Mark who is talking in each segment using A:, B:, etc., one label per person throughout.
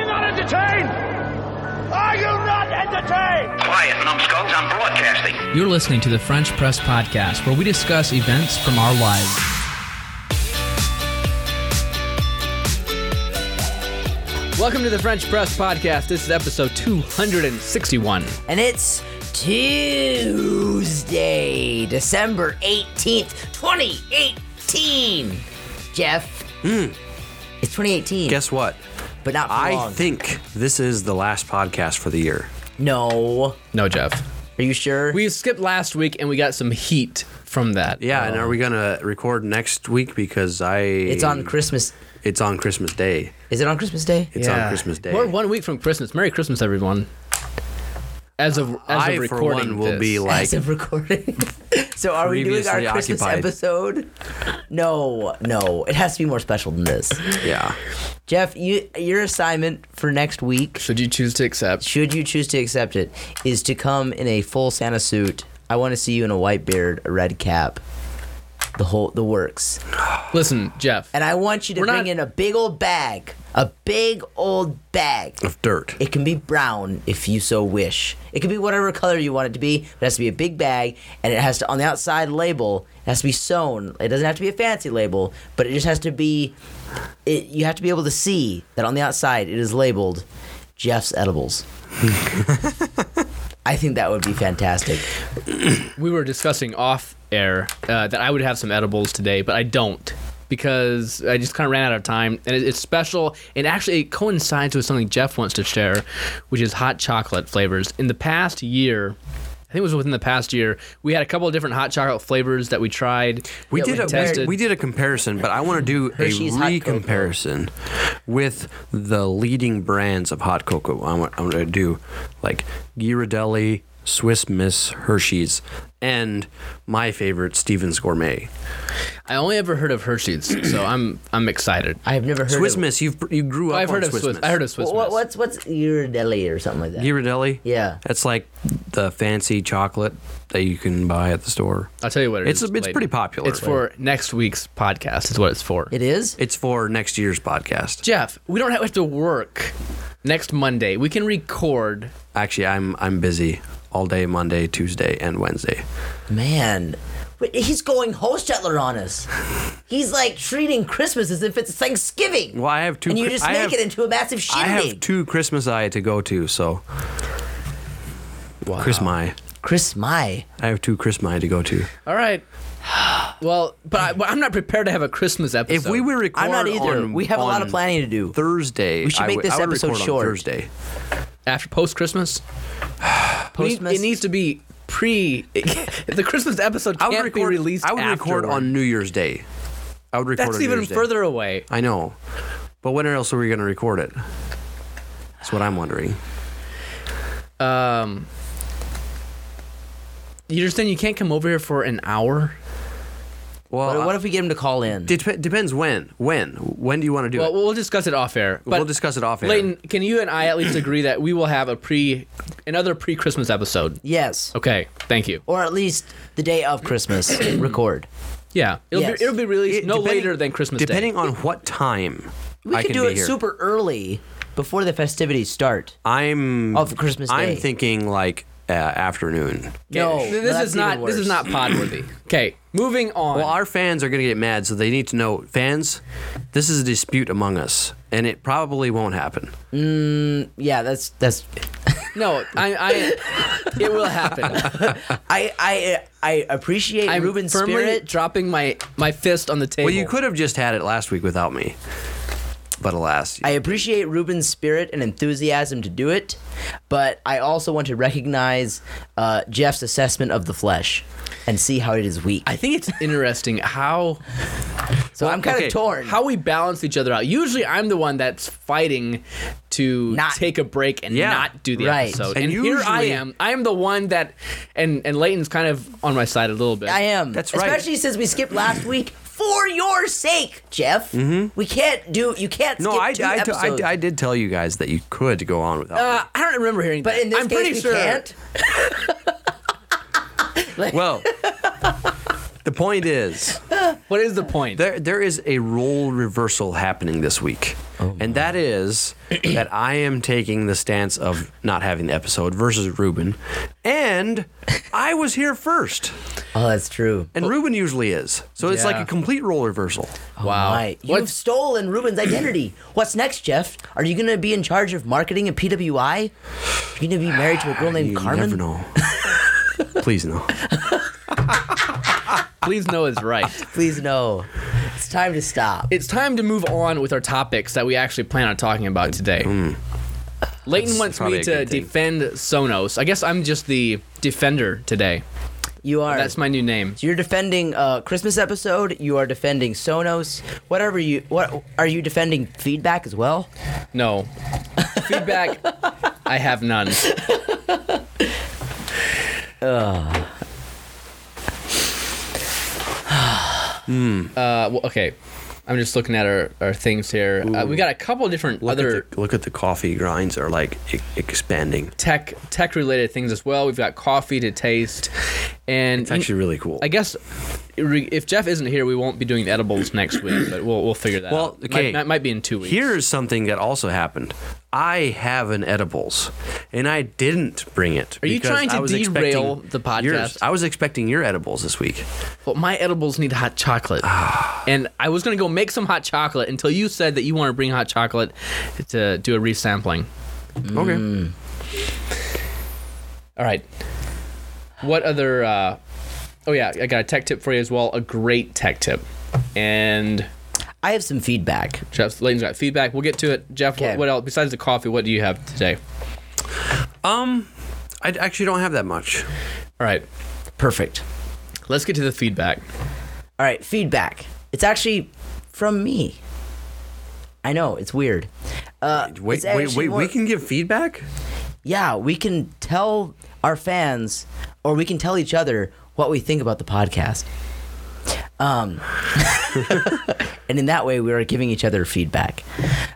A: entertained? Are you not entertained?
B: Quiet, numbskulls, I'm broadcasting.
C: You're listening to the French Press Podcast, where we discuss events from our lives. Welcome to the French Press Podcast. This is episode 261.
D: And it's Tuesday, December 18th, 2018. Jeff. It's 2018.
E: Hmm. Guess what?
D: but not for
E: I
D: long.
E: think this is the last podcast for the year.
D: No.
C: No, Jeff.
D: Are you sure?
C: We skipped last week and we got some heat from that.
E: Yeah, and are we gonna record next week because I?
D: it's on Christmas.
E: It's on Christmas Day.
D: Is it on Christmas Day?
E: It's on Christmas Day.
C: We're one week from Christmas. Merry Christmas, everyone. As of, as
E: I
C: of
E: for
C: recording,
E: one will
C: this.
E: be like,
D: As of recording. so are we doing our
E: Previously
D: Christmas
E: occupied.
D: episode? No, no. It has to be more special than this.
E: yeah,
D: Jeff, you your assignment for next week
C: Should you choose to accept?
D: should you choose to accept it, is to come in a full Santa suit. I want to see you in a white beard, a red cap, the whole the works.
C: Listen, Jeff.
D: And I want you to
C: We're
D: bring
C: not-
D: in a big old bag, a big old bag.
E: of dirt.
D: It can be brown if you so wish. It can be whatever color you want it to be. but It has to be a big bag, and it has to on the outside label. It has to be sewn. It doesn't have to be a fancy label, but it just has to be. It, you have to be able to see that on the outside it is labeled Jeff's Edibles. I think that would be fantastic.
C: we were discussing off air uh, that I would have some edibles today, but I don't because I just kind of ran out of time. And it, it's special, and actually it coincides with something Jeff wants to share, which is hot chocolate flavors. In the past year. I think it was within the past year. We had a couple of different hot chocolate flavors that we tried.
E: We
C: that
E: did a
C: tested.
E: we did a comparison, but I want to do
D: Hershey's
E: a
D: hot
E: re
D: cocoa.
E: comparison with the leading brands of hot cocoa. I want I'm going to do like Ghirardelli, Swiss Miss, Hershey's, and my favorite Stevens Gourmet.
C: I only ever heard of Hershey's, so I'm I'm excited.
D: I have never heard
E: Swiss
D: of.
E: Miss, you've you grew up
C: Oh, I've
E: on
C: heard of
E: Swiss
C: Swiss.
E: Miss.
C: I heard of Swiss.
D: What,
C: Miss.
D: what's what's Ghirardelli or something like that?
E: Ghirardelli?
D: Yeah.
E: That's like the fancy chocolate that you can buy at the store.
C: I'll tell you what. It
E: It's-
C: is
E: it's
C: later.
E: pretty popular.
C: It's for next week's podcast. Is what it's for.
D: it is.
E: It's for next year's podcast.
C: Jeff, we don't have to work next Monday. We can record.
E: Actually, I'm I'm busy all day Monday, Tuesday, and Wednesday.
D: Man, Wait, he's going Hostetler on us. He's like treating Christmas as if it's Thanksgiving.
E: Well, I have two
D: And you
E: Chri-
D: just
E: I
D: make
E: have-
D: it into a massive
E: I
D: shindig.
E: have two Christmas I to go to, so Christmas. I
D: Chris, my
E: have two Christmas to go to.
C: All right. Well, but, I, but I'm not prepared to have a Christmas episode.
E: If we were record,
D: I'm not either.
E: on-
D: we have a lot
E: on
D: of planning to do.
E: Thursday.
D: We should
E: I
D: make
E: would-
D: this
E: I would
D: episode
E: record on
D: short.
E: Thursday.
C: after post Christmas,
D: Post
C: it needs to be pre. the Christmas episode
E: I
C: can't
E: would
C: be
E: record.
C: released.
E: I would
C: afterward.
E: record on New Year's Day. I would record.
C: That's
E: on New
C: even
E: Year's Day.
C: further away.
E: I know. But when else are we going to record it? That's what I'm wondering.
C: Um, you're saying you can't come over here for an hour?
E: Well,
D: But what if we get him to call in?
E: dep- depends when. When? When do you want to do
C: Well,
E: it?
C: we'll discuss it off air. But
E: We'll discuss it off air.
C: Leighton, can you and I at least agree that we will have a pre, another pre-Christmas episode?
D: yes.
C: Okay, thank you.
D: Or at least the day of Christmas, record.
C: Yeah, it'll
D: Yes.
C: be it'll be released
E: It-
C: no
E: depending-
C: later than Christmas
E: Depending
C: Day.
E: on what time
D: We
E: I
D: could
E: can
D: do
E: be
D: it
E: here.
D: super early before the festivities start
E: I'm
D: of Christmas Day.
E: I'm thinking like uh, afternoon.
D: no,
C: Th-
D: no,
C: this
D: that's
C: is not
D: even
C: this is
D: worse.
C: not pod worthy. Okay, moving on.
E: Well, our fans are going to get mad, so they need to know, fans, this is a dispute among us, and it probably won't happen.
D: Yeah, that's that's
C: no, I, I it will happen.
D: I I I appreciate
C: I'm
D: Ruben's
C: firmly
D: spirit.
C: dropping my my fist on the table.
E: Well, you could have just had it last week without me. But alas,
D: I appreciate Ruben's spirit and enthusiasm to do it, but I also want to recognize uh, Jeff's assessment of the flesh and see how it is weak.
C: I think it's interesting how
D: so I'm kind of
E: okay,
D: torn.
C: how we balance each other out. Usually, I'm the one that's fighting to
D: Not-
C: take a break and
E: Yeah,
C: not do the
D: right.
C: episode. And,
E: And
C: here I
E: usually-
C: am. I am the one that, and and Leighton's kind of on my side a little bit.
D: I am.
E: That's right.
D: Especially since we skipped last week for your sake, Jeff. Mm-hmm. We can't do. You can't
E: no,
D: skip
E: I,
D: two
E: I,
D: episodes.
E: I, I did tell you guys that you could go on without me.
C: Uh, I don't remember hearing
D: but
C: that.
D: in this
C: I'm
D: case,
C: pretty
D: we
C: sure.
D: can't.
E: Well, The point is,
C: What is the point?
E: there there is a role reversal happening this week, and that is that I am taking the stance of not having the episode versus Ruben, and I was here first,
D: Oh, that's true.
E: and Ruben usually is, so it's like
C: Yeah.
E: a complete role reversal.
C: wow.
D: Right. Oh You've
C: What's-
D: stolen Ruben's identity. What's next, Jeff? Are you going to be in charge of marketing at PWI? Are you going to be married to a girl named
E: you
D: Carmen?
E: never know. Please no.
C: Please know it's right.
D: Please no. It's time to stop.
C: It's time to move on with our topics that we actually plan on talking about today. Leighton wants
E: hmm. probably
C: me
E: a
C: to
E: good thing.
C: defend Sonos. I guess I'm just the defender today.
D: You are.
C: That's my new name.
D: you're defending uh, Christmas episode. You are defending Sonos. Whatever you what are you defending feedback as well?
C: No. Feedback, I have none.
E: Hmm.
C: Uh, well, okay. I'm just looking at our, our things here. Uh, we got a couple different
E: Look,
C: other
E: at the, look at the coffee grinds are like e- expanding.
C: tech tech related things as well. We've got coffee to taste, and
E: It's actually really cool.
C: I guess re- if Jeff isn't here, we won't be doing edibles next week, but we'll we'll figure that
E: Well,
C: out.
E: okay.
C: might, that might be in two weeks.
E: Here's something that also happened. I have an edibles, and I didn't bring it.
C: Are you
E: because
C: trying to
E: I was
C: derail
E: expecting
C: the podcast?
E: yours. I was expecting your edibles this week.
C: Well, my edibles need hot chocolate, and I was gonna go make some hot chocolate until you said that you want to bring hot chocolate to do a resampling.
E: Okay.
C: Mm. All right. What other? Uh, oh yeah, I got a tech tip for you as well. A great tech tip, and
D: I have some feedback.
C: Jeff Layton's got feedback. We'll get to it. Jeff,
D: Okay.
C: what, what else besides the coffee? What do you have today?
E: Um, I actually don't have that much.
C: All right,
D: Perfect.
C: let's get to the feedback.
D: All right, feedback. It's actually from me. I know it's weird. Uh,
E: Wait,
D: it's
E: wait,
D: actually
E: wait.
D: more-
E: We can give feedback.
D: yeah, we can tell our fans or we can tell each other what we think about the podcast. Um, and in that way, we are giving each other feedback.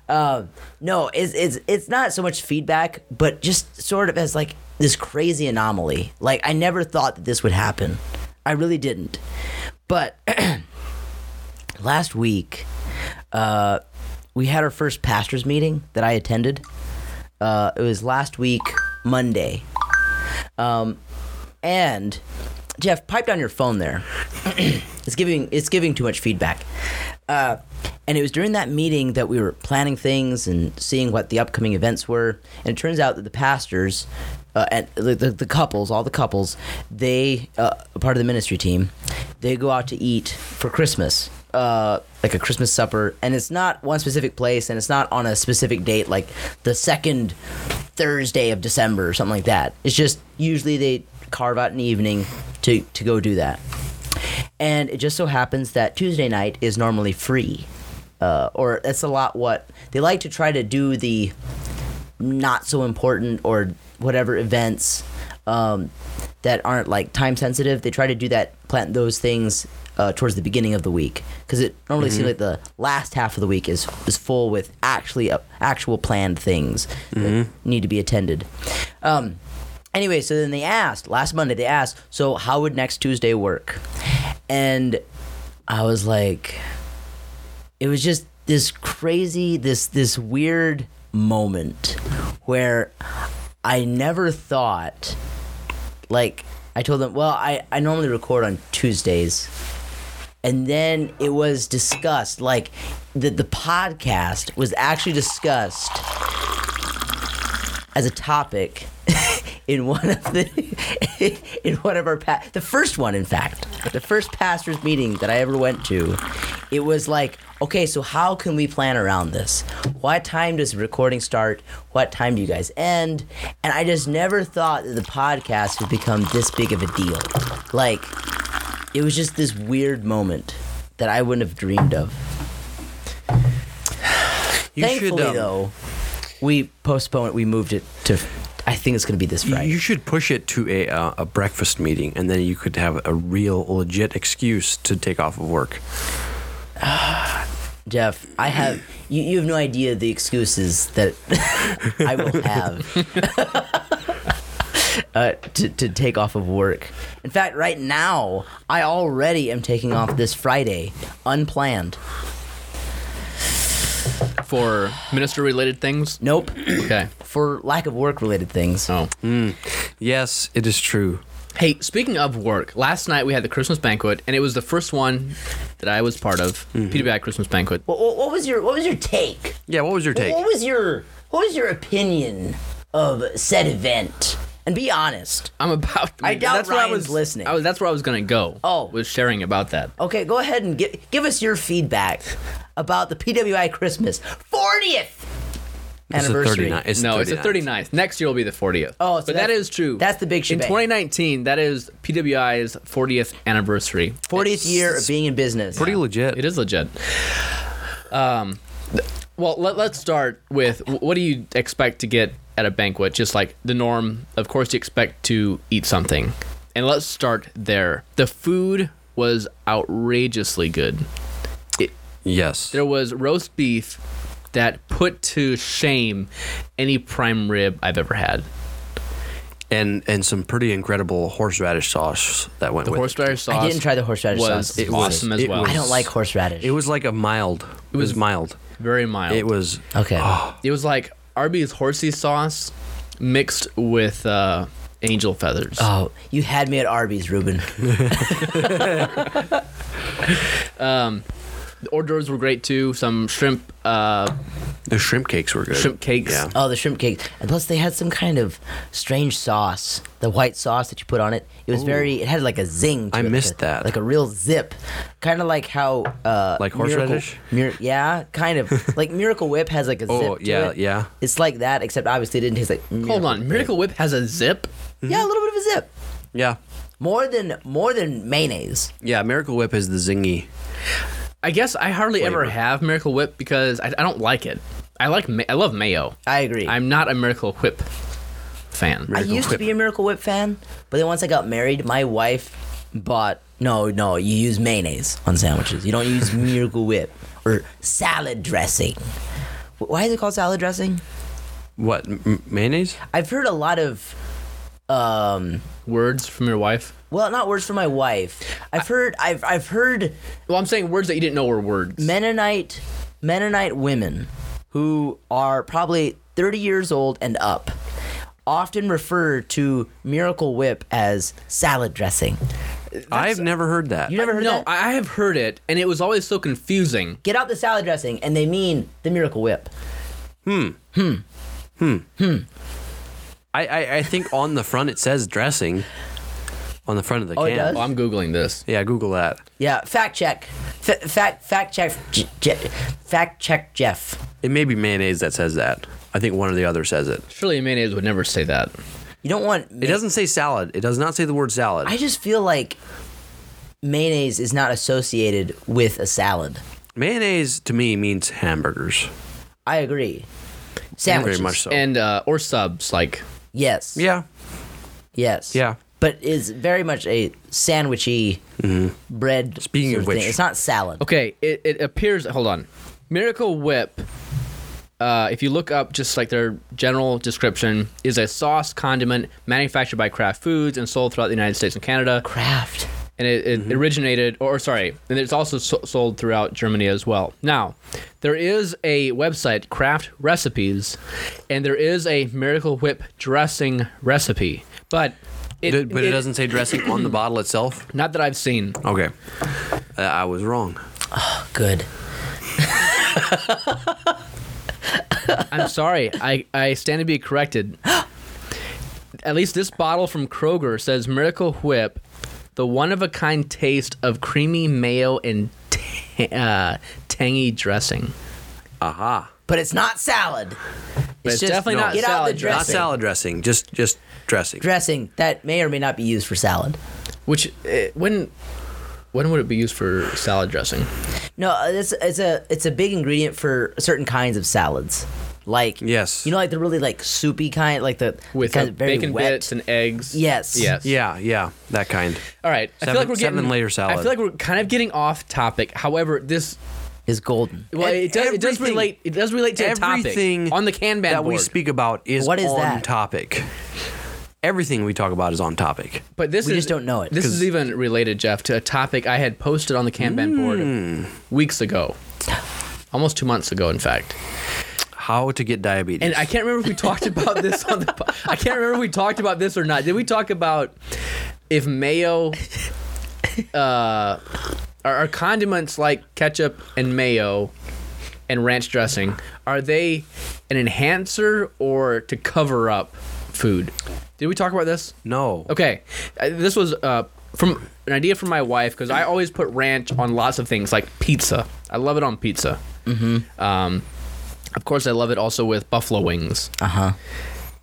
D: Um, no, it's, it's, it's not so much feedback, but just sort of as like this crazy anomaly. Like, I never thought that this would happen. I really didn't. But last week, uh, we had our first pastors' meeting that I attended uh, it was last week Monday. Um, and Jeff, pipe down your phone there. it's giving it's giving too much feedback. Uh, and it was during that meeting that we were planning things and seeing what the upcoming events were. And it turns out that the pastors uh, and the, the, the couples, all the couples, they uh, a part of the ministry team, they go out to eat for Christmas. Uh, like a Christmas supper, and it's not one specific place, and it's not on a specific date, like the second Thursday of December or something like that. It's just usually they carve out an evening to to go do that. And it just so happens that Tuesday night is normally free. Uh, or that's a lot what they like to try to do the not so important or whatever events um, that aren't like time sensitive. They try to do that, plant those things uh, towards the beginning of the week because it normally seems like the last half of the week is is full with actually uh, actual planned things that need to be attended. Um, anyway, so then they asked last Monday. They asked, so how would next Tuesday work? And I was like it was just this crazy this this weird moment where i never thought like i told them well i i normally record on tuesdays and then it was discussed like the, the podcast was actually discussed as a topic in one of the in one of our pa- the first one in fact the first pastors meeting that I ever went to it was like okay so how can we plan around this what time does recording start what time do you guys end and I just never thought that the podcast would become this big of a deal like it was just this weird moment that I wouldn't have dreamed of
E: You
D: thankfully
E: should, um,
D: though we postponed it we moved it to I think it's going to be this
E: you-
D: Friday
E: You should push it to a uh, a breakfast meeting, and then you could have a real legit excuse to take off of work.
D: Jeff, I have you, you have no idea the excuses that I will have. uh, to, to take off of work. In fact, right now, I already am taking off this Friday, unplanned.
C: for minister related things.
D: Nope.
C: Okay.
D: For lack of work related things.
C: Oh.
E: Yes, it is true.
C: Hey, speaking of work, last night we had the Christmas banquet, and it was the first one that I was part of.
D: Mm-hmm.
C: Peter Bag Christmas banquet.
D: What, what, what was your What was your take?
E: Yeah, what was your take?
D: What was your What was your opinion of said event? And be honest.
C: I'm about.
D: I doubt
C: that's where I
D: Ryan's
C: was
D: listening.
C: I was, that's where I was gonna go.
D: Oh.
C: was sharing about that.
D: Okay, go ahead and give give us your feedback about the PWI Christmas 40th
E: It's the
D: anniversary.
E: 39 It's
C: no,
E: the
C: it's the
E: 39th.
C: 39th. Next year will be the 40th.
D: Oh, so
C: but that
D: that's-
C: is true.
D: that's the big
C: In
D: shebang.
C: 2019, that is PWI's 40th anniversary.
D: 40th year of being in business.
E: Pretty legit.
C: It is legit. Um, th- well, let, let's start with wh- what do you expect to get at a banquet? Just like the norm, of course, you expect to eat something. And let's start there. The food was outrageously good.
E: Yes.
C: There was roast beef that put to shame any prime rib I've ever had.
E: And and some pretty incredible horseradish sauce that went with it.
C: Horseradish sauce.
D: I didn't try the horseradish
C: was
D: sauce.
C: It was awesome as
E: It
C: well.
E: was-
D: I don't like horseradish.
E: It was like a mild. It was, mild.
C: Very mild.
E: It was ah,
D: okay.
C: It was like Arby's horsey sauce mixed with uh, angel feathers.
E: uh,
D: Oh, you had me at Arby's, Ruben.
C: the hors d'oeuvres were great too. Some shrimp, uh,
E: the shrimp cakes were good.
C: shrimp cakes.
E: Yeah.
D: Oh, the shrimp cake. And plus, they had some kind of strange sauce. The white sauce that you put on it. It was very. It had like a zing. To
E: I
D: it, like
E: missed
D: a-
E: that.
D: Like a real zip, kind of like how. Uh,
E: Like
D: Miracle-
E: horseradish?
D: Mir- yeah, kind of like Miracle Whip has like a
E: Oh,
D: zip. to
E: yeah,
D: it.
E: yeah.
D: It's like that, except obviously it didn't taste like.
C: Hold on, Miracle Whip has a zip.
D: Yeah, a little bit of a zip.
E: Yeah.
D: More than more than mayonnaise.
E: Yeah, Miracle Whip is the zingy.
C: I guess I hardly ever
E: Flavor.
C: have Miracle Whip because I, I don't like it. I like ma- I love mayo.
D: I agree.
C: I'm not a Miracle Whip fan.
D: I
E: Miracle
D: used to
E: Whip.
D: be a Miracle Whip fan, but then once I got married, my wife bought no, no, you use mayonnaise on sandwiches. You don't use Miracle Whip or salad dressing. Wh- Why is it called salad dressing?
E: What m- mayonnaise?
D: I've heard a lot of um
C: words from your wife.
D: well, not words from my wife. I've heard I've I've heard
C: Well, I'm saying words that you didn't know were words.
D: Mennonite Mennonite women who are probably 30 years old and up often refer to Miracle Whip as salad dressing.
E: I've never heard that.
D: You never heard
C: no,
D: that?
C: I I have heard it, and it was always so confusing.
D: get out the salad dressing, and they mean the Miracle Whip.
E: I, I I think on the front it says dressing. On the front of the
D: Oh, it
E: can.
D: does?
C: Well, I'm googling this.
E: Yeah, Google that.
D: Yeah, fact check, F- fact fact check, J- Je- fact check Jeff.
E: It may be mayonnaise that says that. I think one or the other says it.
C: Surely a mayonnaise would never say that.
D: You don't want.
E: It doesn't say salad. It does not say the word salad.
D: I just feel like mayonnaise is not associated with a salad.
E: mayonnaise to me means hamburgers.
D: I agree. Sandwiches.
E: Very much so.
C: And uh, or subs like
D: Yes.
E: yeah.
D: Yes.
E: Yeah.
D: But is very much a sandwichy bread.
E: Mm-hmm. Speaking
D: sort
E: of which- Oh,
D: thing. it's not salad.
C: Okay, it, it appears. Hold on, Miracle Whip. Uh, if you look up just like their general description, is a sauce condiment manufactured by Kraft Foods and sold throughout the United States and Canada,
D: Craft.
C: and it,
E: Mm-hmm.
C: it originated, or sorry, and it's also so- sold throughout Germany as well. Now, there is a website, Kraft Recipes, and there is a Miracle Whip dressing recipe, but it,
E: It- but it, doesn't say dressing on the bottle itself.
C: Not that I've seen.
E: Okay. Uh, I was wrong.
D: Good.
C: I'm sorry. I, I stand to be corrected. At least this bottle from Kroger says Miracle Whip, the one of a kind taste of creamy mayo and ta- uh, tangy dressing.
E: Aha.
D: But it's not salad.
C: But it's definitely not
D: get out
C: salad
D: the
E: Not
D: dressing.
E: salad dressing. Just just dressing.
D: dressing that may or may not be used for salad.
C: Which uh, when when would it be used for salad dressing?
D: No, uh, it's it's a it's a big ingredient for certain kinds of salads, like
E: Yes.
D: you know, like the really like soupy kind, like the
C: With
D: kind
C: uh,
D: of very
C: bacon
D: wet.
C: bits and eggs.
D: Yes.
C: Yes.
E: yeah, yeah, that kind.
C: All right. I feel
E: Seven-
C: like we're getting
E: seven-layer salad.
C: I feel like we're kind of getting off topic. However, this
D: is golden.
C: well, it does, it does
E: Everything-
C: relate. It does relate to a
E: Everything
C: topic on the Kanban
E: that
C: board.
E: we speak about is,
D: What is
E: on
D: that?
E: topic. everything we talk about is on topic.
C: But this
D: We
C: is,
D: just don't know it,
C: This is even related, Jeff, to a topic I had posted on the Kanban board weeks ago, almost two months ago, in fact.
E: How to get diabetes.
C: And I can't remember if we talked about this on the. po- I can't remember if we talked about this or not. Did we talk about if mayo, uh, are, are condiments like ketchup and mayo, and ranch dressing are they an enhancer or to cover up food? Did we talk about this?
E: no.
C: Okay, Uh, this was uh, from an idea from my wife because I always put ranch on lots of things like pizza. I love it on pizza. Mm-hmm. Um, of course, I love it also with buffalo wings. Uh huh.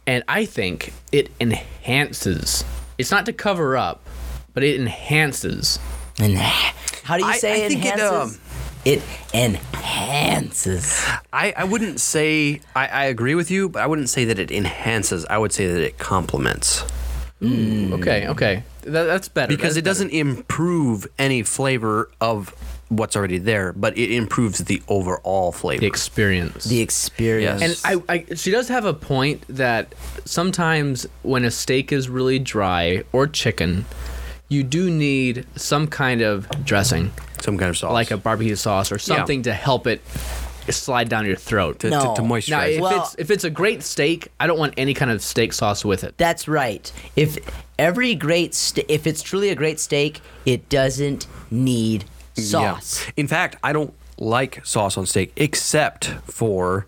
C: And I think it enhances. It's not to cover up, but it enhances.
D: And how do you
E: I-
D: say
E: I think it,
D: enhances?
E: um,
D: It, enhances.
E: I, I wouldn't say I, I agree with you, but I wouldn't say that it enhances. I would say that it complements
D: Mm.
C: Okay, okay, Tha- that's better
E: because
C: That's
E: it doesn't improve any flavor of what's already there, but it improves the overall flavor.
C: the experience.
D: The experience.
E: Yes.
C: And I, I, she does have a point that sometimes when a steak is really dry or chicken, you do need some kind of dressing,
E: Some kind of sauce,
C: like a barbecue sauce or something to help it slide down your throat.
E: to,
D: No.
E: to, to moisturize.
C: Now, if
E: it.
D: Well-
C: it's if it's a great steak, I don't want any kind of steak sauce with it.
D: That's right. If every great, st- if it's truly a great steak, it doesn't need
E: Yeah.
D: sauce.
E: In fact, I don't like sauce on steak except for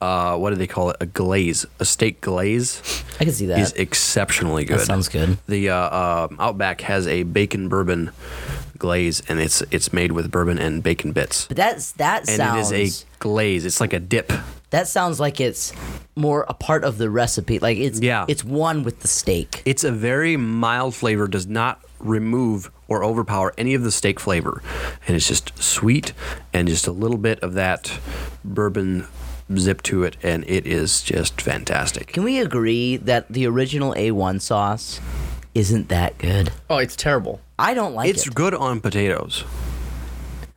E: uh, what do they call it? A glaze, a steak glaze.
D: I can see that.
E: is exceptionally good.
D: sounds good.
E: The uh, um Outback has a bacon bourbon glaze, and it's it's made with bourbon and bacon bits,
D: but that's that
E: and
D: sounds.
E: it is a glaze. It's like a dip.
D: that sounds like it's more a part of the recipe. Like it's
E: Yeah.
D: it's one with the steak.
E: It's a very mild flavor. Does not remove or overpower any of the steak flavor, and it's just sweet and just a little bit of that bourbon zip to it, and it is just fantastic.
D: Can we agree that the original A1 sauce isn't that good?
C: Oh, it's terrible.
D: I don't like
E: It's
D: it.
E: good on potatoes.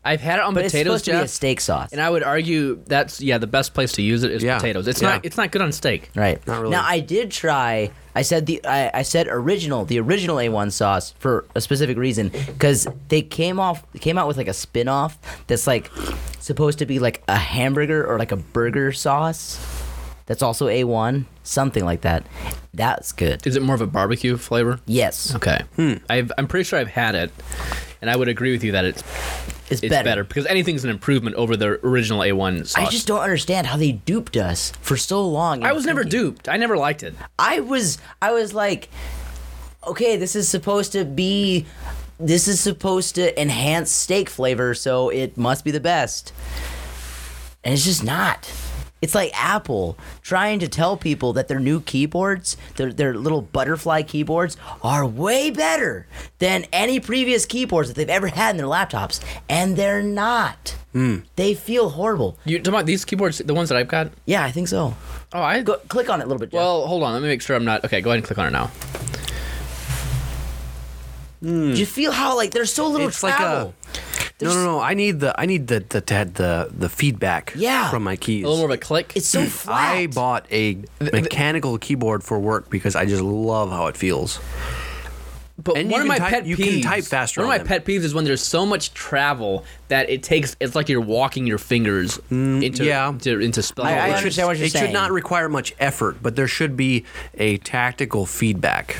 C: I've had it on
D: but it's
C: potatoes,
D: supposed to be a
C: Jeff,
D: steak sauce.
C: and I would argue that's yeah the best place to use it is
E: Yeah.
C: potatoes. It's
E: Yeah.
C: not it's not good on steak.
D: Right.
E: Not really.
D: Now I did try. I said the I, I said original the original A1 sauce for a specific reason because they came off they came out with like a spin off that's like supposed to be like a hamburger or like a burger sauce that's also A1 something like that. That's good.
C: Is it more of a barbecue flavor?
D: Yes,
C: Okay. I've, I'm pretty sure I've had it, and I would agree with you that it's
D: it's,
C: it's better, because anything's an improvement over the original A1 sauce.
D: I just don't understand how they duped us for so long.
C: I was never
D: duped.
C: duped. I never liked it.
D: I was I was like, okay, this is supposed to be this is supposed to enhance steak flavor, so it must be the best. And it's just not. It's like Apple trying to tell people that their new keyboards, their, their little butterfly keyboards, are way better than any previous keyboards that they've ever had in their laptops. And they're not.
E: Hmm.
D: They feel horrible.
C: You talking about these keyboards, the ones that I've got?
D: Yeah, I think so.
C: Oh, I
D: Go, click on it a little bit. Jeff.
C: Well, hold on. Let me make sure I'm not. Okay, go ahead and click on it now.
D: Do you feel how like there's so little
E: It's like a-
D: travel?
E: No, no, no. I need the I need the the the the, the feedback.
D: Yeah.
E: From my keys.
C: A little more of a click.
D: It's so flat.
E: I bought a mechanical keyboard for work because I just love how it feels.
C: but
E: and
C: one
E: you
C: of my
E: can type-
C: pet
E: you
C: peeves.
E: can type faster
C: One
E: on
C: of my
E: them.
C: pet peeves is when there's so much travel that it takes. It's like you're walking your fingers into
E: yeah.
C: into, into spelling.
D: I
C: words.
D: understand what you're
E: it
D: saying.
E: should not require much effort, but there should be a tactical feedback.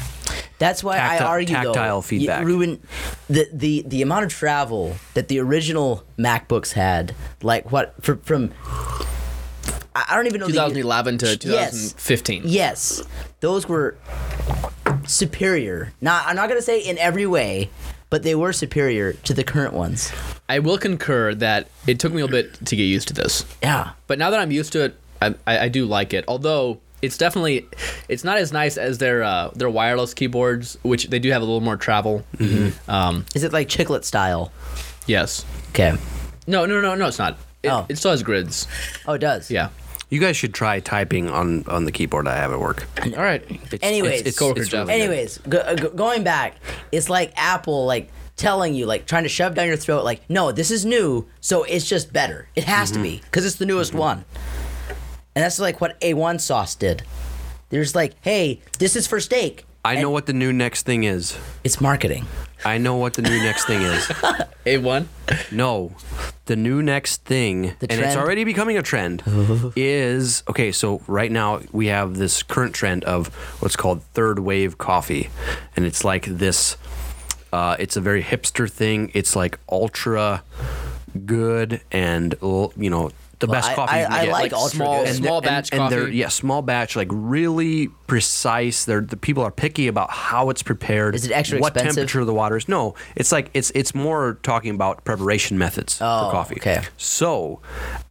D: That's why
E: Tacti-
D: I argue
E: tactile
D: though,
E: feedback.
D: You ruin the, the the amount of travel that the original MacBooks had, like what fr- from. I I don't even know. the-
C: 2011 to
D: Yes.
C: 2015.
D: Yes, those were superior. Not I'm not gonna say in every way, but they were superior to the current ones.
C: I will concur that it took me a little bit to get used to this.
D: Yeah.
C: But now that I'm used to it, I, I, I do like it. Although it's definitely it's not as nice as their uh, their wireless keyboards, which they do have a little more travel.
E: Mm-hmm.
C: Um,
D: Is it like chiclet style?
C: yes.
D: Okay.
C: No, no, no, no. It's not. It,
D: Oh.
C: it still has grids.
D: Oh, it does.
C: Yeah.
E: You guys should try typing on on the keyboard I have at work.
C: All right.
D: Anyways,
E: it's,
C: coworker
E: it's
C: job.
E: really good.
D: Anyways, go, uh, go, going back, it's like Apple like telling you like trying to shove down your throat like no, this is new, so it's just better. It has to be cuz it's the newest one. And that's like what A1 sauce did. There's like, hey, this is for steak.
E: I know what the new next thing is.
D: It's marketing.
E: I know what the new next thing is.
C: A one.
E: No, the new next thing,
D: The
E: and it's
D: trend?
E: already becoming a trend, is okay. So right now we have this current trend of what's called third wave coffee, and it's like this. Uh, it's a very hipster thing. It's like ultra good and l- you know the
D: Well,
E: best
D: I-
E: coffee. you
D: I-
E: can
D: I
E: get.
D: like ultra
C: small
D: good.
C: small
E: and,
C: batch
E: and
C: coffee.
E: they're yeah small batch like really precise they're the people are picky about how it's prepared
D: Is it extra
E: what
D: expensive?
E: temperature of the water is no it's like it's it's more talking about preparation methods
D: Oh,
E: for coffee
D: okay.
E: so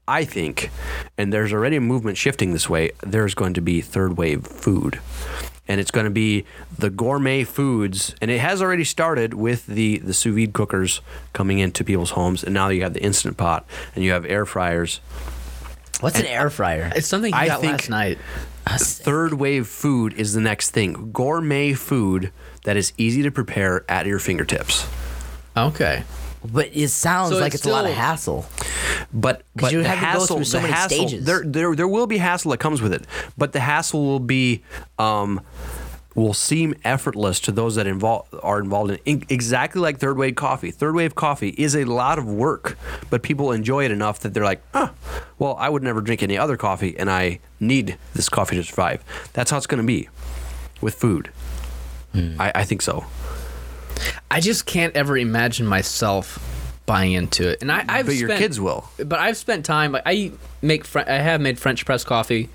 E: i think and there's already a movement shifting this way there's going to be third wave food and it's going to be the gourmet foods and it has already started with the the sous vide cookers coming into people's homes and now you have the instant pot and you have air fryers
D: What's an air fryer?
C: It's something he
E: I
C: got
E: think-
C: last night.
E: third wave food is the next thing gourmet food that is easy to prepare at your fingertips
C: Okay.
D: But it sounds
C: So
D: like
C: it's
D: it's, a lot of
C: still-
D: hassle.
E: but but
D: you
E: the
D: have to go
E: hassle,
D: through so
E: the
D: many
E: hassle
D: stages.
E: There, there there will be hassle that comes with it but the hassle will be um will seem effortless to those that involve are involved in, in exactly like third wave coffee third wave coffee is a lot of work but people enjoy it enough that they're like huh well i would never drink any other coffee and i need this coffee to survive that's how it's going to be with food
D: Hmm.
E: I, I think so
C: I just can't ever imagine myself buying into it. And I, I've
E: But your
C: spent-
E: kids will.
C: But I've spent time. Like, I make. Fre- I have made French press coffee.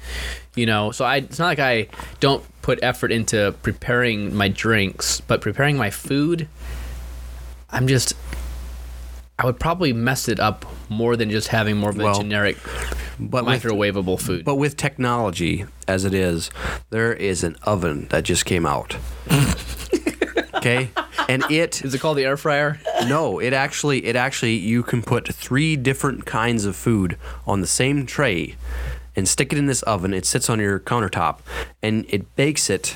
C: You know, so I. It's not like I don't put effort into preparing my drinks, but preparing my food. I'm just. I would probably mess it up more than just having more of a
E: Well,
C: generic,
E: But with-
C: microwavable food.
E: but with technology as it is, there is an oven that just came out. okay, and it
C: Is it called the air fryer?
E: no, it actually it actually you can put three different kinds of food on the same tray, and stick it in this oven. It sits on your countertop, and it bakes it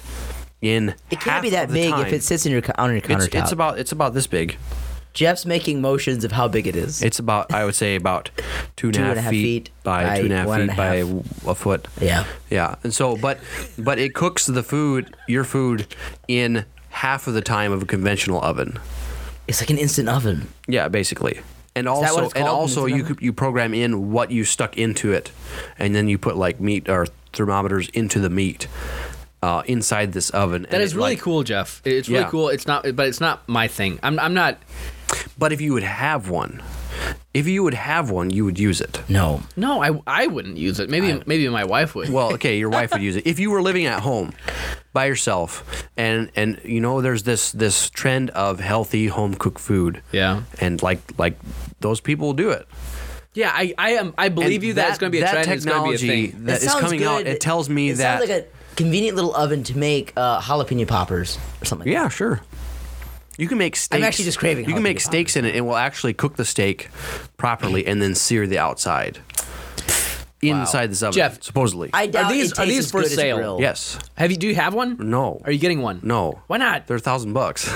E: in.
D: It can't be that big if it sits in your co- on your countertop.
E: It's, it's about it's about this big.
D: Jeff's making motions of how big it is.
E: It's about I would say about two and a half
D: and a half feet
E: feet, by,
D: by
E: two and a half
D: one
E: feet
D: and a
E: by
D: half.
E: w- a foot.
D: Yeah.
E: yeah. And so, but but it cooks the food, your food, in half of the time of a conventional oven.
D: it's like an instant oven.
E: Yeah, basically. And
D: that what
E: also,
D: it's
E: and
D: called?
E: also, you
D: Instant oven?
E: could- you program in what you stuck into it, and then you put like meat or thermometers into the meat uh, inside this oven.
C: That is really cool, Jeff. It's really
E: Yeah.
C: cool. It's not, but it's not my thing. I'm, I'm not.
E: But if you would have one, if you would have one, you would use it.
D: No.
C: No, I, I wouldn't use it. Maybe, maybe my wife would.
E: Well, okay, your wife would use it. If you were living at home by yourself and and you know there's this this trend of healthy home cooked food.
C: Yeah.
E: And like like those people do it.
C: Yeah, I, I am. I
E: And
C: believe you that, it's going to be a
E: that
C: trend. It's going to
E: Technology
C: be a thing.
E: that is
D: sounds
E: coming out.
D: good.
E: It tells me
D: it
E: that
D: sounds like a convenient little oven to make uh, jalapeno poppers or something.
E: Yeah, sure. You can make steaks.
D: actually just craving
E: You can
D: jalapeno
E: make steaks in it, and we'll actually cook the steak properly, and then sear the outside inside this oven.
C: Jeff,
E: supposedly.
D: I doubt
C: these-
D: it
C: are
D: tastes
C: these
D: as
C: for
D: good as
C: sale?
D: grilled.
E: yes.
C: Have you? Do you have one?
E: No.
C: Are you getting one?
E: No.
C: Why not?
E: They're a thousand bucks.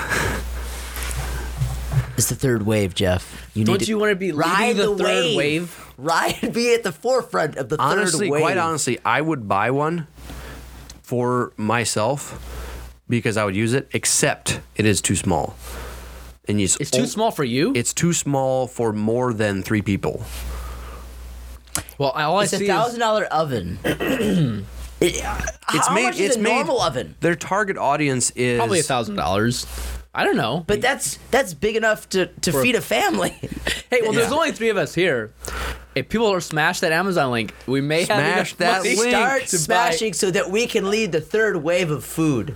D: It's the third wave, Jeff. You
C: Don't
D: need
C: you wanna be leading
D: ride
C: the
D: the,
C: third
D: wave.
C: wave?
D: Ride, be at the forefront of the
E: honestly,
D: third wave.
E: quite honestly, I would buy one for myself because I would use it. Except it is too small, and it's,
C: It's too
E: o-
C: small for you.
E: Oh. It's too small for more than three people.
C: well, all I
D: It's a
C: see
D: thousand
C: is
D: dollar oven. It- how much is a normal oven?
E: Their target audience is
C: probably a thousand dollars. I don't know.
D: But that's that's big enough to, to feed a family.
C: hey, well, there's
E: Yeah.
C: only three of us here. If people are smash that Amazon link, we may have
E: Smash
C: enough
E: that
C: money
E: link.
D: Start
C: to buy-
D: smashing so that we can lead the third wave of food.